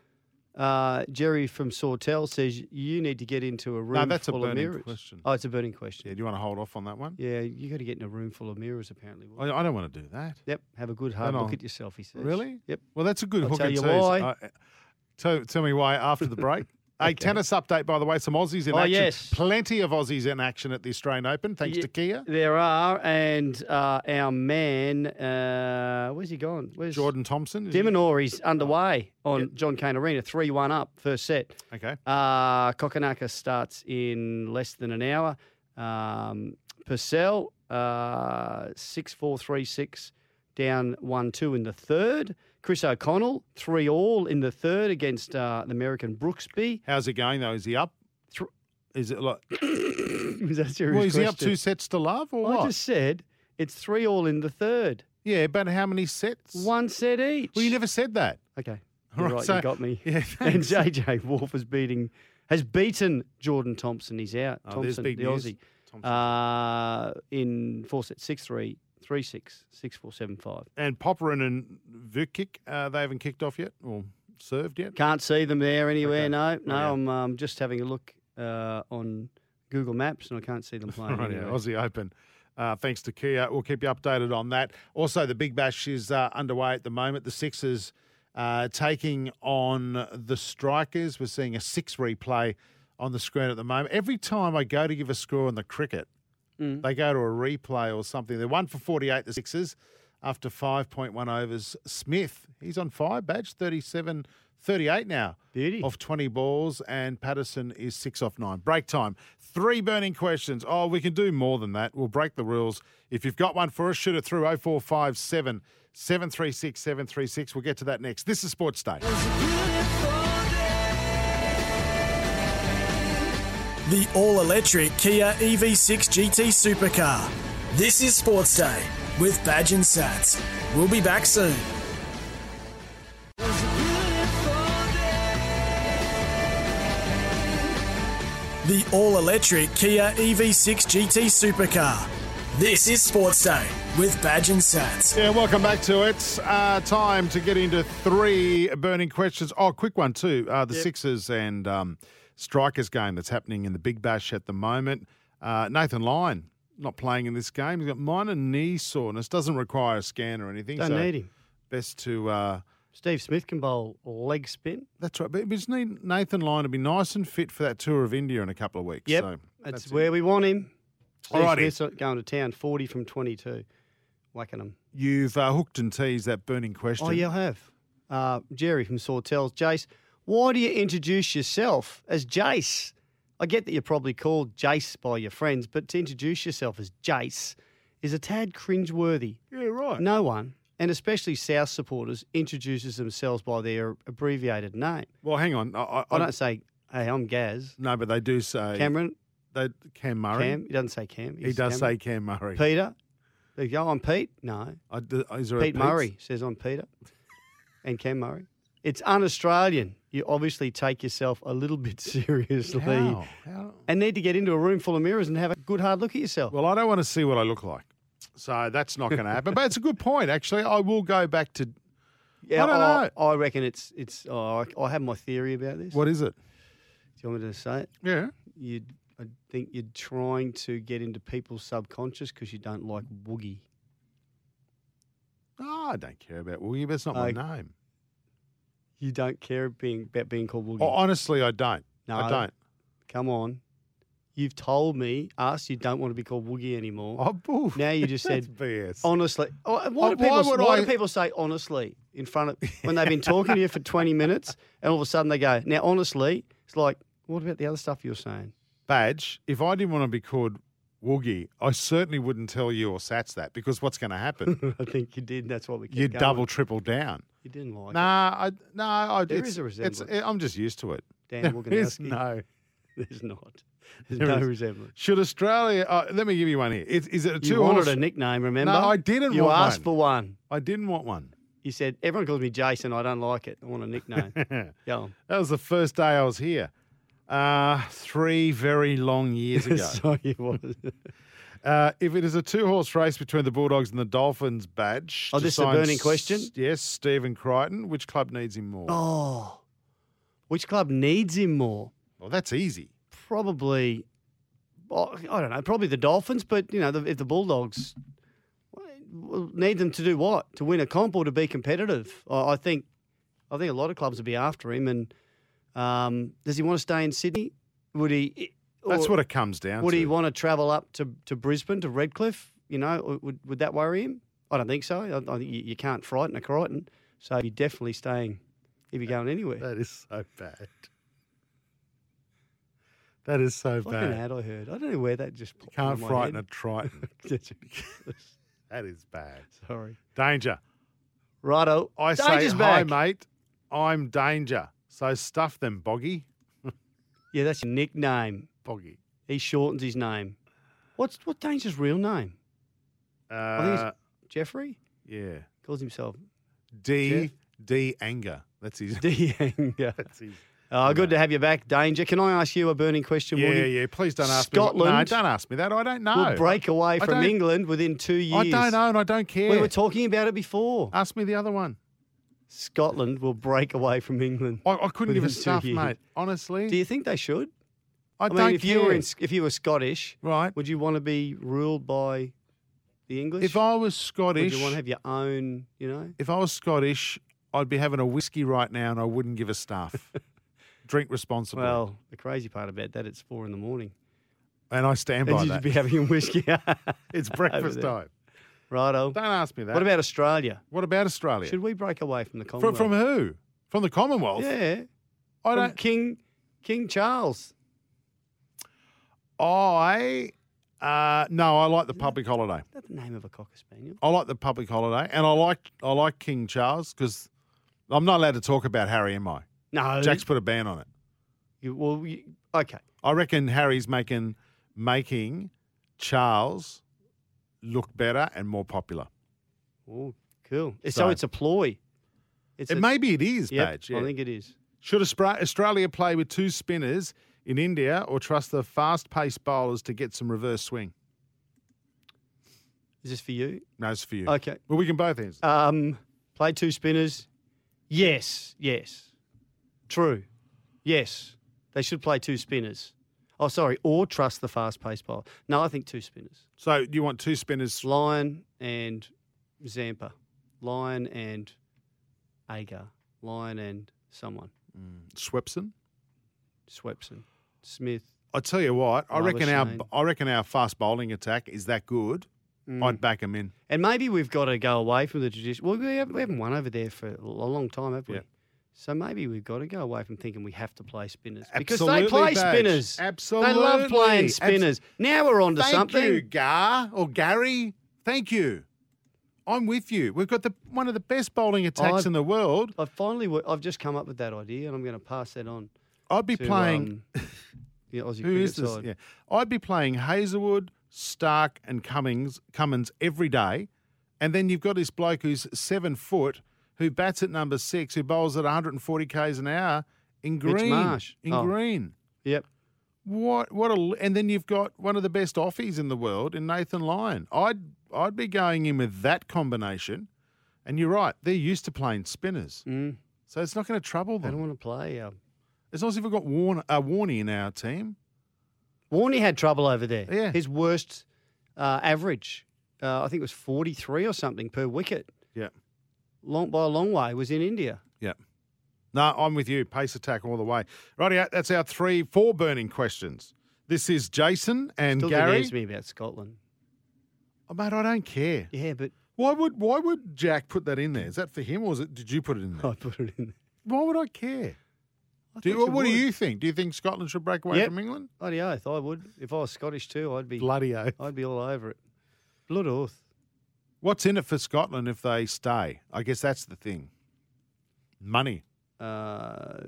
S4: uh, Jerry from Sawtell says you need to get into a room
S3: that's a
S4: full
S3: burning
S4: of mirrors.
S3: question.
S4: Oh, it's a burning question.
S3: Yeah, do you want to hold off on that one?
S4: Yeah, you got to get in a room full of mirrors, apparently. Will.
S3: I, I don't want to do that.
S4: Yep, have a good hard
S3: Don't
S4: look
S3: I?
S4: at yourself, he says.
S3: Really?
S4: Yep.
S3: Well, that's a good
S4: I'll
S3: hook
S4: tell
S3: and
S4: you
S3: tease.
S4: why.
S3: I- tell, tell me why after the break. A tennis update, by the way. Some Aussies in
S4: Oh,
S3: action.
S4: yes.
S3: Plenty of Aussies in action at the Australian Open, thanks
S4: Ye-
S3: to Kia.
S4: There are, and uh, our man, uh, where's he gone? Where's
S3: Jordan Thompson. is he- Oh.
S4: Dimonor is underway on John Cain Arena, three-one up, first set.
S3: Okay.
S4: Uh, Kokonaka starts in less than an hour. Um, Purcell uh, six four three six down one two in the third. Chris O'Connell three all in the third against uh, the American Brooksby.
S3: How's it going, though? Is he up? Is it like.
S4: Was that a serious
S3: well, is he up
S4: question?
S3: two sets to love or
S4: I
S3: what?
S4: just said it's three all in the third.
S3: Yeah, but how many sets?
S4: One set each.
S3: Well, you never said that.
S4: Okay.
S3: All
S4: You're
S3: right,
S4: right,
S3: so-
S4: you got me.
S3: Yeah,
S4: and
S3: thanks.
S4: JJ Wolf is beating, has beaten Jordan Thompson. He's out.
S3: Oh, there's
S4: Thompson,
S3: big
S4: the
S3: news.
S4: Aussie, uh, in four sets, six three, three six, six four seven five.
S3: And Popperin and Vukic, uh, they haven't kicked off yet or served yet?
S4: Can't see them there anywhere. No, no.
S3: yeah.
S4: I'm um, just having a look uh, on Google Maps, and I can't see them playing.
S3: Right, yeah,
S4: anywhere.
S3: Aussie Open. Uh, thanks to Kia. We'll keep you updated on that. Also, the Big Bash is uh, underway at the moment. The Sixers uh, taking on the Strikers. We're seeing a six replay on the screen at the moment. Every time I go to give a score on the cricket, they go to a replay or something. They're one for 48, the Sixers, after 5.1 overs. Smith, he's on fire, badge 37 38 now.
S4: Beauty.
S3: Off 20 balls, and Patterson is six off nine. Break time. Three burning questions. Oh, we can do more than that. We'll break the rules. If you've got one for us, shoot it through 0457 736 736. We'll get to that next. This is Sports Day.
S2: The all electric Kia E EV6 GT Supercar. This is Sports Day with Badge and Sats. We'll be back soon. the all electric Kia E EV6 GT supercar. This is Sports Day with Badge and Sats.
S3: Yeah, welcome back to it. Uh, time to get into three burning questions. Oh, quick one too. Uh, the
S2: Yep.
S3: Sixers and um, Strikers game that's happening in the Big Bash at the moment. Uh, Nathan Lyon not playing in this game. He's got minor knee soreness. Doesn't require a scan or anything.
S4: Don't
S3: so
S4: need him.
S3: Best to. Uh,
S4: Steve Smith can bowl leg spin.
S3: That's right. But we just need Nathan Lyon to be nice and fit for that tour of India in a couple of weeks.
S4: Yep,
S3: So
S4: that's, where we want him. Steve
S3: Alrighty.
S4: Smith's going to town, 40 from 22. Wackenham.
S3: you've uh, hooked and teased that burning question.
S4: Oh, yeah, I have. Uh, Jerry from Sawtells. Jace, why do you introduce yourself as Jace? I get that you're probably called Jace by your friends, but to introduce yourself as Jace is a tad cringeworthy.
S3: Yeah, right.
S4: No one, and especially South supporters, introduces themselves by their abbreviated name.
S3: Well, hang on. I, I,
S4: I don't say, hey, I'm Gaz.
S3: No, but they do say
S4: Cameron.
S3: They Cam Murray.
S4: Cam. He doesn't say Cam.
S3: He
S4: says
S3: does
S4: Cameron.
S3: say Cam Murray.
S4: Peter. They go, "Oh, I'm Pete. No.
S3: I d is there a
S4: Pete
S3: Pete's?
S4: Murray says I'm Peter. and Cam Murray. It's un-Australian. You obviously take yourself a little bit seriously
S3: How? How?
S4: and need to get into a room full of mirrors and have a good hard look at yourself.
S3: Well, I don't want to see what I look like. So that's not going to happen. but it's a good point, actually. I will go back to.
S4: Yeah,
S3: I don't know.
S4: I, reckon it's it's. Oh, I, I have my theory about this.
S3: What is it?
S4: Do you want me to say it?
S3: Yeah.
S4: You, I think you're trying to get into people's subconscious because you don't like woogie.
S3: Oh, I don't care about Woogie, but it's not my
S4: I-
S3: name.
S4: You don't care being about being called woogie.
S3: Oh, honestly, I don't.
S4: No,
S3: I don't.
S4: Come on. You've told me, us, you don't want to be called Woogie anymore.
S3: Oh,
S4: now you just said
S3: BS.
S4: honestly. Oh, and why
S3: Oh,
S4: do people,
S3: why would
S4: why
S3: I-
S4: do people say honestly in front of when they've been talking to you for 20 minutes and all of a sudden they go, now, honestly, it's like, what about the other stuff you're saying?
S3: Badge, if I didn't want to be called Woogie, I certainly wouldn't tell you or Sats that because what's going to happen?
S4: I think you did. That's what we kept
S3: you
S4: going.
S3: double, triple down.
S4: You didn't like it.
S3: nah, I, nah, I,
S4: There
S3: it's,
S4: is a
S3: it's-
S4: resemblance.
S3: I'm just used to it.
S4: Dan
S3: There is
S4: Woganowski.
S3: no.
S4: There's not. There's
S3: There
S4: no
S3: is-
S4: resemblance.
S3: Should Australia? Uh, let me give you one here. Is, is it a two?
S4: You wanted a nickname, remember?
S3: No, I didn't.
S4: You
S3: want
S4: asked
S3: one.
S4: for one.
S3: I didn't want one.
S4: You said, everyone calls me Jason. I don't like it. I want a nickname. Go on.
S3: That was the first day I was here. Uh, three very long years ago.
S4: so you was.
S3: Uh, if it is a two-horse race between the Bulldogs and the Dolphins, badge.
S4: Oh,
S3: to
S4: this is a
S3: sign
S4: burning
S3: S-
S4: question?
S3: Yes, Stephen Crichton. Which club needs him more?
S4: Oh, which club needs him more?
S3: Well, that's easy.
S4: Probably, oh, I don't know. Probably the Dolphins, but you know, the, if the Bulldogs well, need them to do what to win a comp or to be competitive, I, I think, I think a lot of clubs would be after him. And um, does he want to stay in Sydney? Would he?
S3: That's
S4: or
S3: what it comes down
S4: Would
S3: to.
S4: he want to travel up to, to Brisbane to Redcliffe? You know, or would would that worry him? I don't think so. I, I think you, you can't frighten a Crichton, so you're definitely staying if you're going anywhere.
S3: That is so bad. That is so
S4: It's like
S3: bad.
S4: an ad I heard. I don't know where that just popped
S3: Can't
S4: into my
S3: frighten
S4: head.
S3: a Triton.
S4: That's ridiculous.
S3: that is bad.
S4: Sorry.
S3: Danger.
S4: Righto.
S3: I
S4: Danger's
S3: say,
S4: back."
S3: hi, mate. I'm danger. So stuff them, Boggy.
S4: Yeah, that's your nickname.
S3: Boggy.
S4: He shortens his name. What's what Danger's real name?
S3: Uh,
S4: I think it's Jeffrey.
S3: yeah.
S4: Calls himself.
S3: D D anger. That's his.
S4: D anger.
S3: That's his.
S4: Oh, good to have you back, Danger. Can I ask you a burning question?
S3: Yeah,
S4: Woody?
S3: yeah. Please don't ask me.
S4: Scotland.
S3: what- No, don't ask me that. I don't know.
S4: Will break away
S3: I
S4: from
S3: don't-
S4: England within two years.
S3: I don't know, and I don't care.
S4: We were talking about it before.
S3: Ask me the other one.
S4: Scotland will break away from England.
S3: I, I couldn't give a
S4: within two
S3: stuff,
S4: years.
S3: mate. Honestly,
S4: Do you think they should?
S3: I,
S4: I mean,
S3: don't
S4: if you were
S3: care.
S4: in, if you were Scottish,
S3: right,
S4: would you want to be ruled by the English?
S3: If I was Scottish,
S4: would you want to have your own? You know,
S3: if I was Scottish, I'd be having a whiskey right now, and I wouldn't give a stuff. Drink responsibly.
S4: well, the crazy part about that, it's four in the morning,
S3: and I stand by
S4: and you'd
S3: that.
S4: be having a whiskey.
S3: it's
S4: over
S3: breakfast
S4: there.
S3: time.
S4: righto?
S3: Don't ask me that.
S4: What about Australia?
S3: What about Australia?
S4: Should we break away from the
S3: from,
S4: Commonwealth?
S3: from who? From the Commonwealth?
S4: yeah,
S3: I
S4: from
S3: don't.
S4: King King Charles.
S3: I uh, no. I like the public holiday.
S4: Is that the name of a cocker spaniel?
S3: I like the public holiday, and I like I like King Charles because I'm not allowed to talk about Harry, am I?
S4: No,
S3: Jack's put a ban on it.
S4: You, well, you, okay.
S3: I reckon Harry's making making Charles look better and more popular.
S4: Oh, cool. So,
S3: So-
S4: it's a ploy. It's
S3: and
S4: a-
S3: maybe it is,
S4: Yep,
S3: Badge. yeah.
S4: I think it is.
S3: Should Austra- Australia play with two spinners in India or trust the fast paced bowlers to get some reverse swing?
S4: Is this for you?
S3: No, it's for you.
S4: Okay.
S3: Well, we can both answer.
S4: Um, play two spinners. Yes, yes. True. Yes. They should play two spinners. Oh, sorry. Or trust the fast paced bowler. No, I think two spinners.
S3: So you want two spinners?
S4: Lyon and Zampa. Lyon and Agar. Lyon and someone.
S3: Mm. Swepson?
S4: Swepson. Smith.
S3: I tell you what, I
S4: Love a
S3: reckon our
S4: shame.
S3: I reckon our fast bowling attack is that good.
S4: Mm.
S3: I'd back him in.
S4: And maybe we've got to go away from the tradition. Well, we haven't, we haven't won over there for a long time, have we? So maybe we've got to go away from thinking we have to play spinners because they
S3: Absolutely,
S4: play
S3: Badge.
S4: spinners.
S3: Absolutely,
S4: they love playing
S3: Abs-
S4: spinners. now we're on to
S3: Thank
S4: something.
S3: you, Gar or Gary. Thank you. I'm with you. We've got the one of the best bowling attacks
S4: I've-
S3: in the world.
S4: I finally, wo- I've just come up with that idea, and I'm going to pass that on.
S3: I'd be
S4: to,
S3: playing-
S4: um, the Aussie
S3: Who
S4: cricket
S3: is this?
S4: side.
S3: Yeah. I'd be playing Hazelwood, Stark, and Cummings Cummins every day, and then you've got this bloke who's seven foot, who bats at number six, who bowls at 140 k's an hour in
S4: Mitch
S3: green.
S4: Marsh.
S3: In
S4: Oh.
S3: green.
S4: Yep.
S3: What? What? A, and then you've got one of the best offies in the world in Nathan Lyon. I'd I'd be going in with that combination, and you're right. They're used to playing spinners,
S4: mm.
S3: so it's not going to trouble them.
S4: I don't want to play. Um,
S3: As long as we've got Warner, uh, Warney in our team.
S4: Warney had trouble over there.
S3: Yeah.
S4: His worst uh, average, uh, I think it was 43 or something per wicket,
S3: Yeah.
S4: long by a long way, was in India.
S3: Yeah. No, I'm with you. Pace attack all the way. Rightio, that's our three, four burning questions. This is Jason and
S4: Still didn't
S3: Gary.
S4: answer me about Scotland.
S3: Oh, mate, I don't care.
S4: Yeah, but
S3: why would why would Jack put that in there? Is that for him or is it, did you put it in there?
S4: I put it in there.
S3: Why would I care?
S4: I
S3: Do you,
S4: thought you
S3: what do
S4: would.
S3: you think? Do you think Scotland should break away
S4: Yep.
S3: from England?
S4: Bloody oath, I would. If I was Scottish too, I'd be
S3: Bloody oath.
S4: I'd be all over it. Blood oath.
S3: What's in it for Scotland if they stay? I guess that's the thing. Money.
S4: Uh,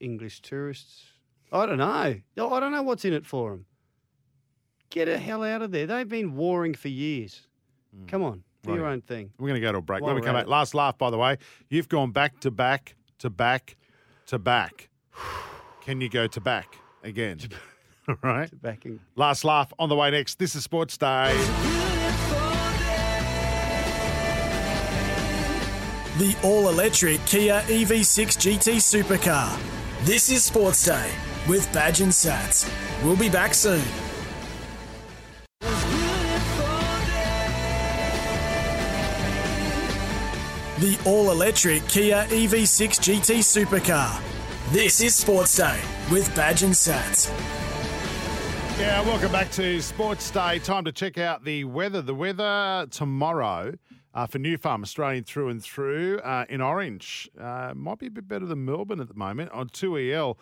S4: English tourists. I don't know. No, I don't know what's in it for them. Get the hell out of there. They've been warring for years.
S3: Hmm.
S4: Come on, do your
S3: Righto.
S4: own thing.
S3: We're going to go to a break.
S4: While
S3: When we
S4: we're
S3: come
S4: at
S3: back,
S4: it.
S3: last laugh, by the way, you've gone back to back to back to back. Can you go to back again? All right.
S4: Backing.
S3: Last laugh on the way next. This is Sports Day.
S2: The all electric Kia E EV6 GT Supercar. This is Sports Day with Badge and Sats. We'll be back soon. The all electric Kia E EV6 GT Supercar. This is Sports Day with Badge and Sats.
S3: Yeah, welcome back to Sports Day. Time to check out the weather. The weather tomorrow uh, for New Farm, Australian through and through uh, in orange. Uh, might be a bit better than Melbourne at the moment on 2EL.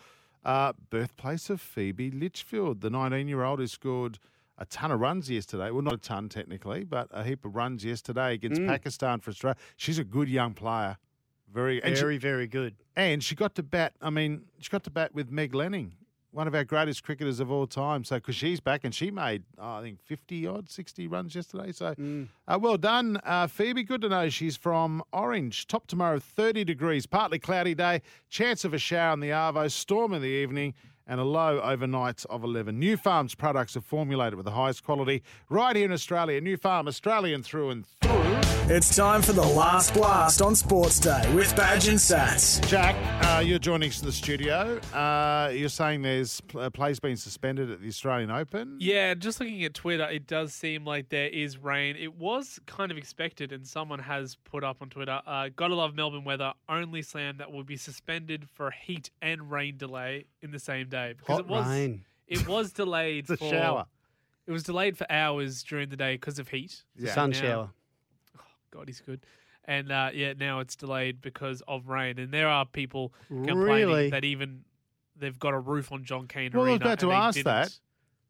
S3: Uh, birthplace of Phoebe Litchfield, the 19 year old who scored a ton of runs yesterday. Well, not a ton technically, but a heap of runs yesterday against Pakistan for Australia. She's a good young player. Very, and she-
S4: Very, very good.
S3: and she got to bat. I mean, she got to bat with Meg Lanning, one of our greatest cricketers of all time. So, because she's back and she made, oh, I think, 50 odd, 60 runs yesterday. So,
S4: Mm.
S3: uh, well done, uh, Phoebe. Good to know she's from Orange. Top tomorrow, 30 degrees, partly cloudy day, chance of a shower in the Arvo, storm in the evening. And a low overnight of 11. New Farm's products are formulated with the highest quality right here in Australia. New Farm, Australian through and
S2: It's time for the last blast on Sports Day with Badge and Sats.
S3: Jack, uh, you're joining us in the studio. Uh, you're saying there's pl- uh, plays being suspended at the Australian Open.
S13: Yeah, just looking at Twitter, it does seem like there is rain. It was kind of expected, and someone has put up on Twitter, uh, "Gotta love Melbourne weather." Only slam that will be suspended for heat and rain delay in the same day because
S4: Hot
S13: it was
S4: rain.
S13: it was delayed.
S4: It's a
S13: for,
S4: shower.
S13: It was delayed for hours during the day because of heat.
S4: It's a
S13: So
S4: sun
S13: now- Oh,
S4: shower.
S13: God, he's good. And uh, yeah, now it's delayed because of rain, and there are people complaining
S4: Really?
S13: that even they've got a roof on John Cain
S3: Well, I
S13: Arena.
S3: was about
S13: and
S3: to
S13: they
S3: ask
S13: didn't.
S3: that.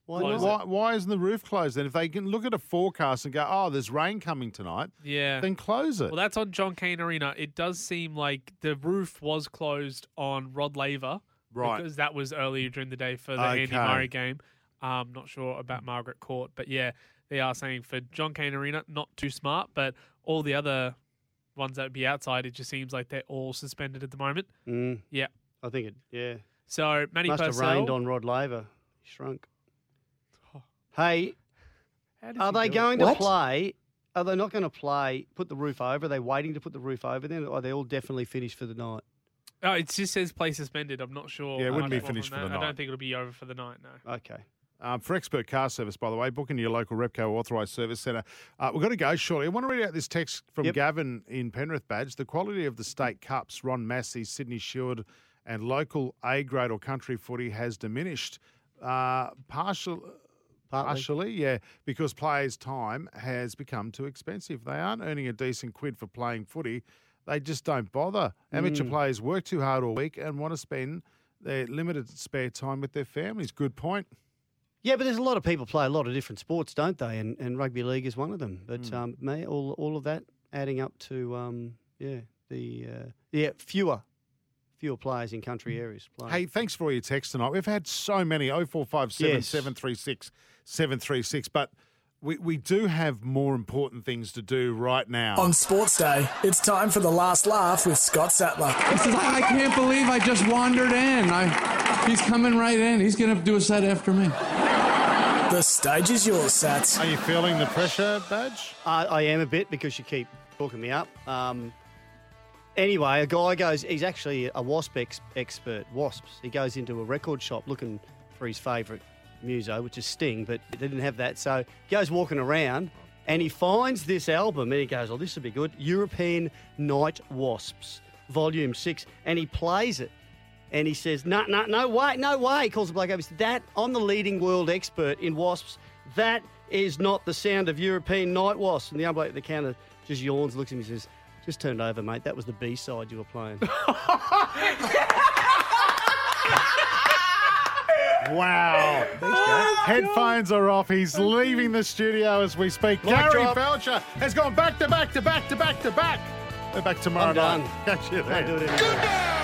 S4: Why
S3: Why,
S13: not?
S3: why, why isn't the roof closed then? If they can look at a forecast and go, oh, there's rain coming tonight,
S13: Yeah.
S3: then close it.
S13: Well, that's on John Cain Arena. It does seem like the roof was closed on Rod Laver,
S3: Right.
S13: Because that was earlier during the day for the Andy
S3: Okay.
S13: Murray game. Um, not sure about Margaret Court, but yeah, they are saying for John Cain Arena, not too smart, but all the other ones that would be outside, it just seems like they're all suspended at the moment.
S4: Mm.
S13: Yeah.
S4: I think it. Yeah.
S13: So Manny
S4: Must
S13: Purcell. Oh.
S4: have rained on Rod Laver. He shrunk. Hey,
S13: How does
S4: are
S13: he
S4: they
S13: do it?
S4: going to play? Are they not going to play? Put the roof over. Are they waiting to put the roof over? Then or are they all definitely finished for the night?
S13: Oh, it just says play suspended. I'm not sure.
S3: Yeah, it
S13: how
S3: wouldn't
S13: much more
S3: be
S13: than
S3: finished for
S13: that.
S3: the
S13: I don't
S3: night.
S13: think it'll be over for the night. No.
S4: Okay.
S3: Um, for expert car service, by the way, booking your local Repco authorised service centre. Uh, we've got to go shortly. I want to read out this text from Gavin in Penrith Badge. The quality of the state cups, Ron Massey, Sydney Shield, and local A grade or country footy has diminished. Uh, partial, partially, yeah, because players' time has become too expensive. They aren't earning a decent quid for playing footy. They just don't bother. Amateur
S4: Mm.
S3: players work too hard all week and want to spend their limited spare time with their families. Good point.
S4: Yeah, but there's a lot of people play a lot of different sports, don't they? And, and rugby league is one of them. But
S3: Hmm.
S4: um, may, all all of that adding up to um, yeah the uh, yeah fewer fewer players in
S3: Hmm.
S4: country areas playing.
S3: Hey, thanks for all your texts tonight. We've had so many 0457
S4: Yes.
S3: 736 736, but we, we do have more important things to do right now.
S2: On Sports Day, it's time for the last laugh with Scott Sattler.
S14: I can't believe I just wandered in. I, he's coming right in. He's going to do a set after me.
S2: The stage is yours, Sats.
S3: Are you feeling the pressure, Badge?
S4: I, I am a bit because you keep hooking me up. Um, anyway, a guy goes, he's actually a wasp ex- expert, wasps. He goes into a record shop looking for his favourite muso, which is Sting, but they didn't have that. So he goes walking around and he finds this album and he goes, oh, this would be good. European Night Wasps, Volume 6. And he plays it. And he says, no, no, no, wait, no way. He calls the bloke over. He says, that, I'm the leading world expert in wasps. That is not the sound of European night wasps. And the other bloke at the counter just yawns, looks at him, and says, just turned over, mate. That was the B side you were playing.
S3: Wow. Headphones are off. He's leaving the studio as we speak.
S5: Mic
S3: Gary
S5: drop.
S3: Belcher has gone back to back to back to back to back. We're back tomorrow
S5: I'm done.
S3: night. Catch you
S5: Can't
S3: there.
S5: do it anymore. Goodbye.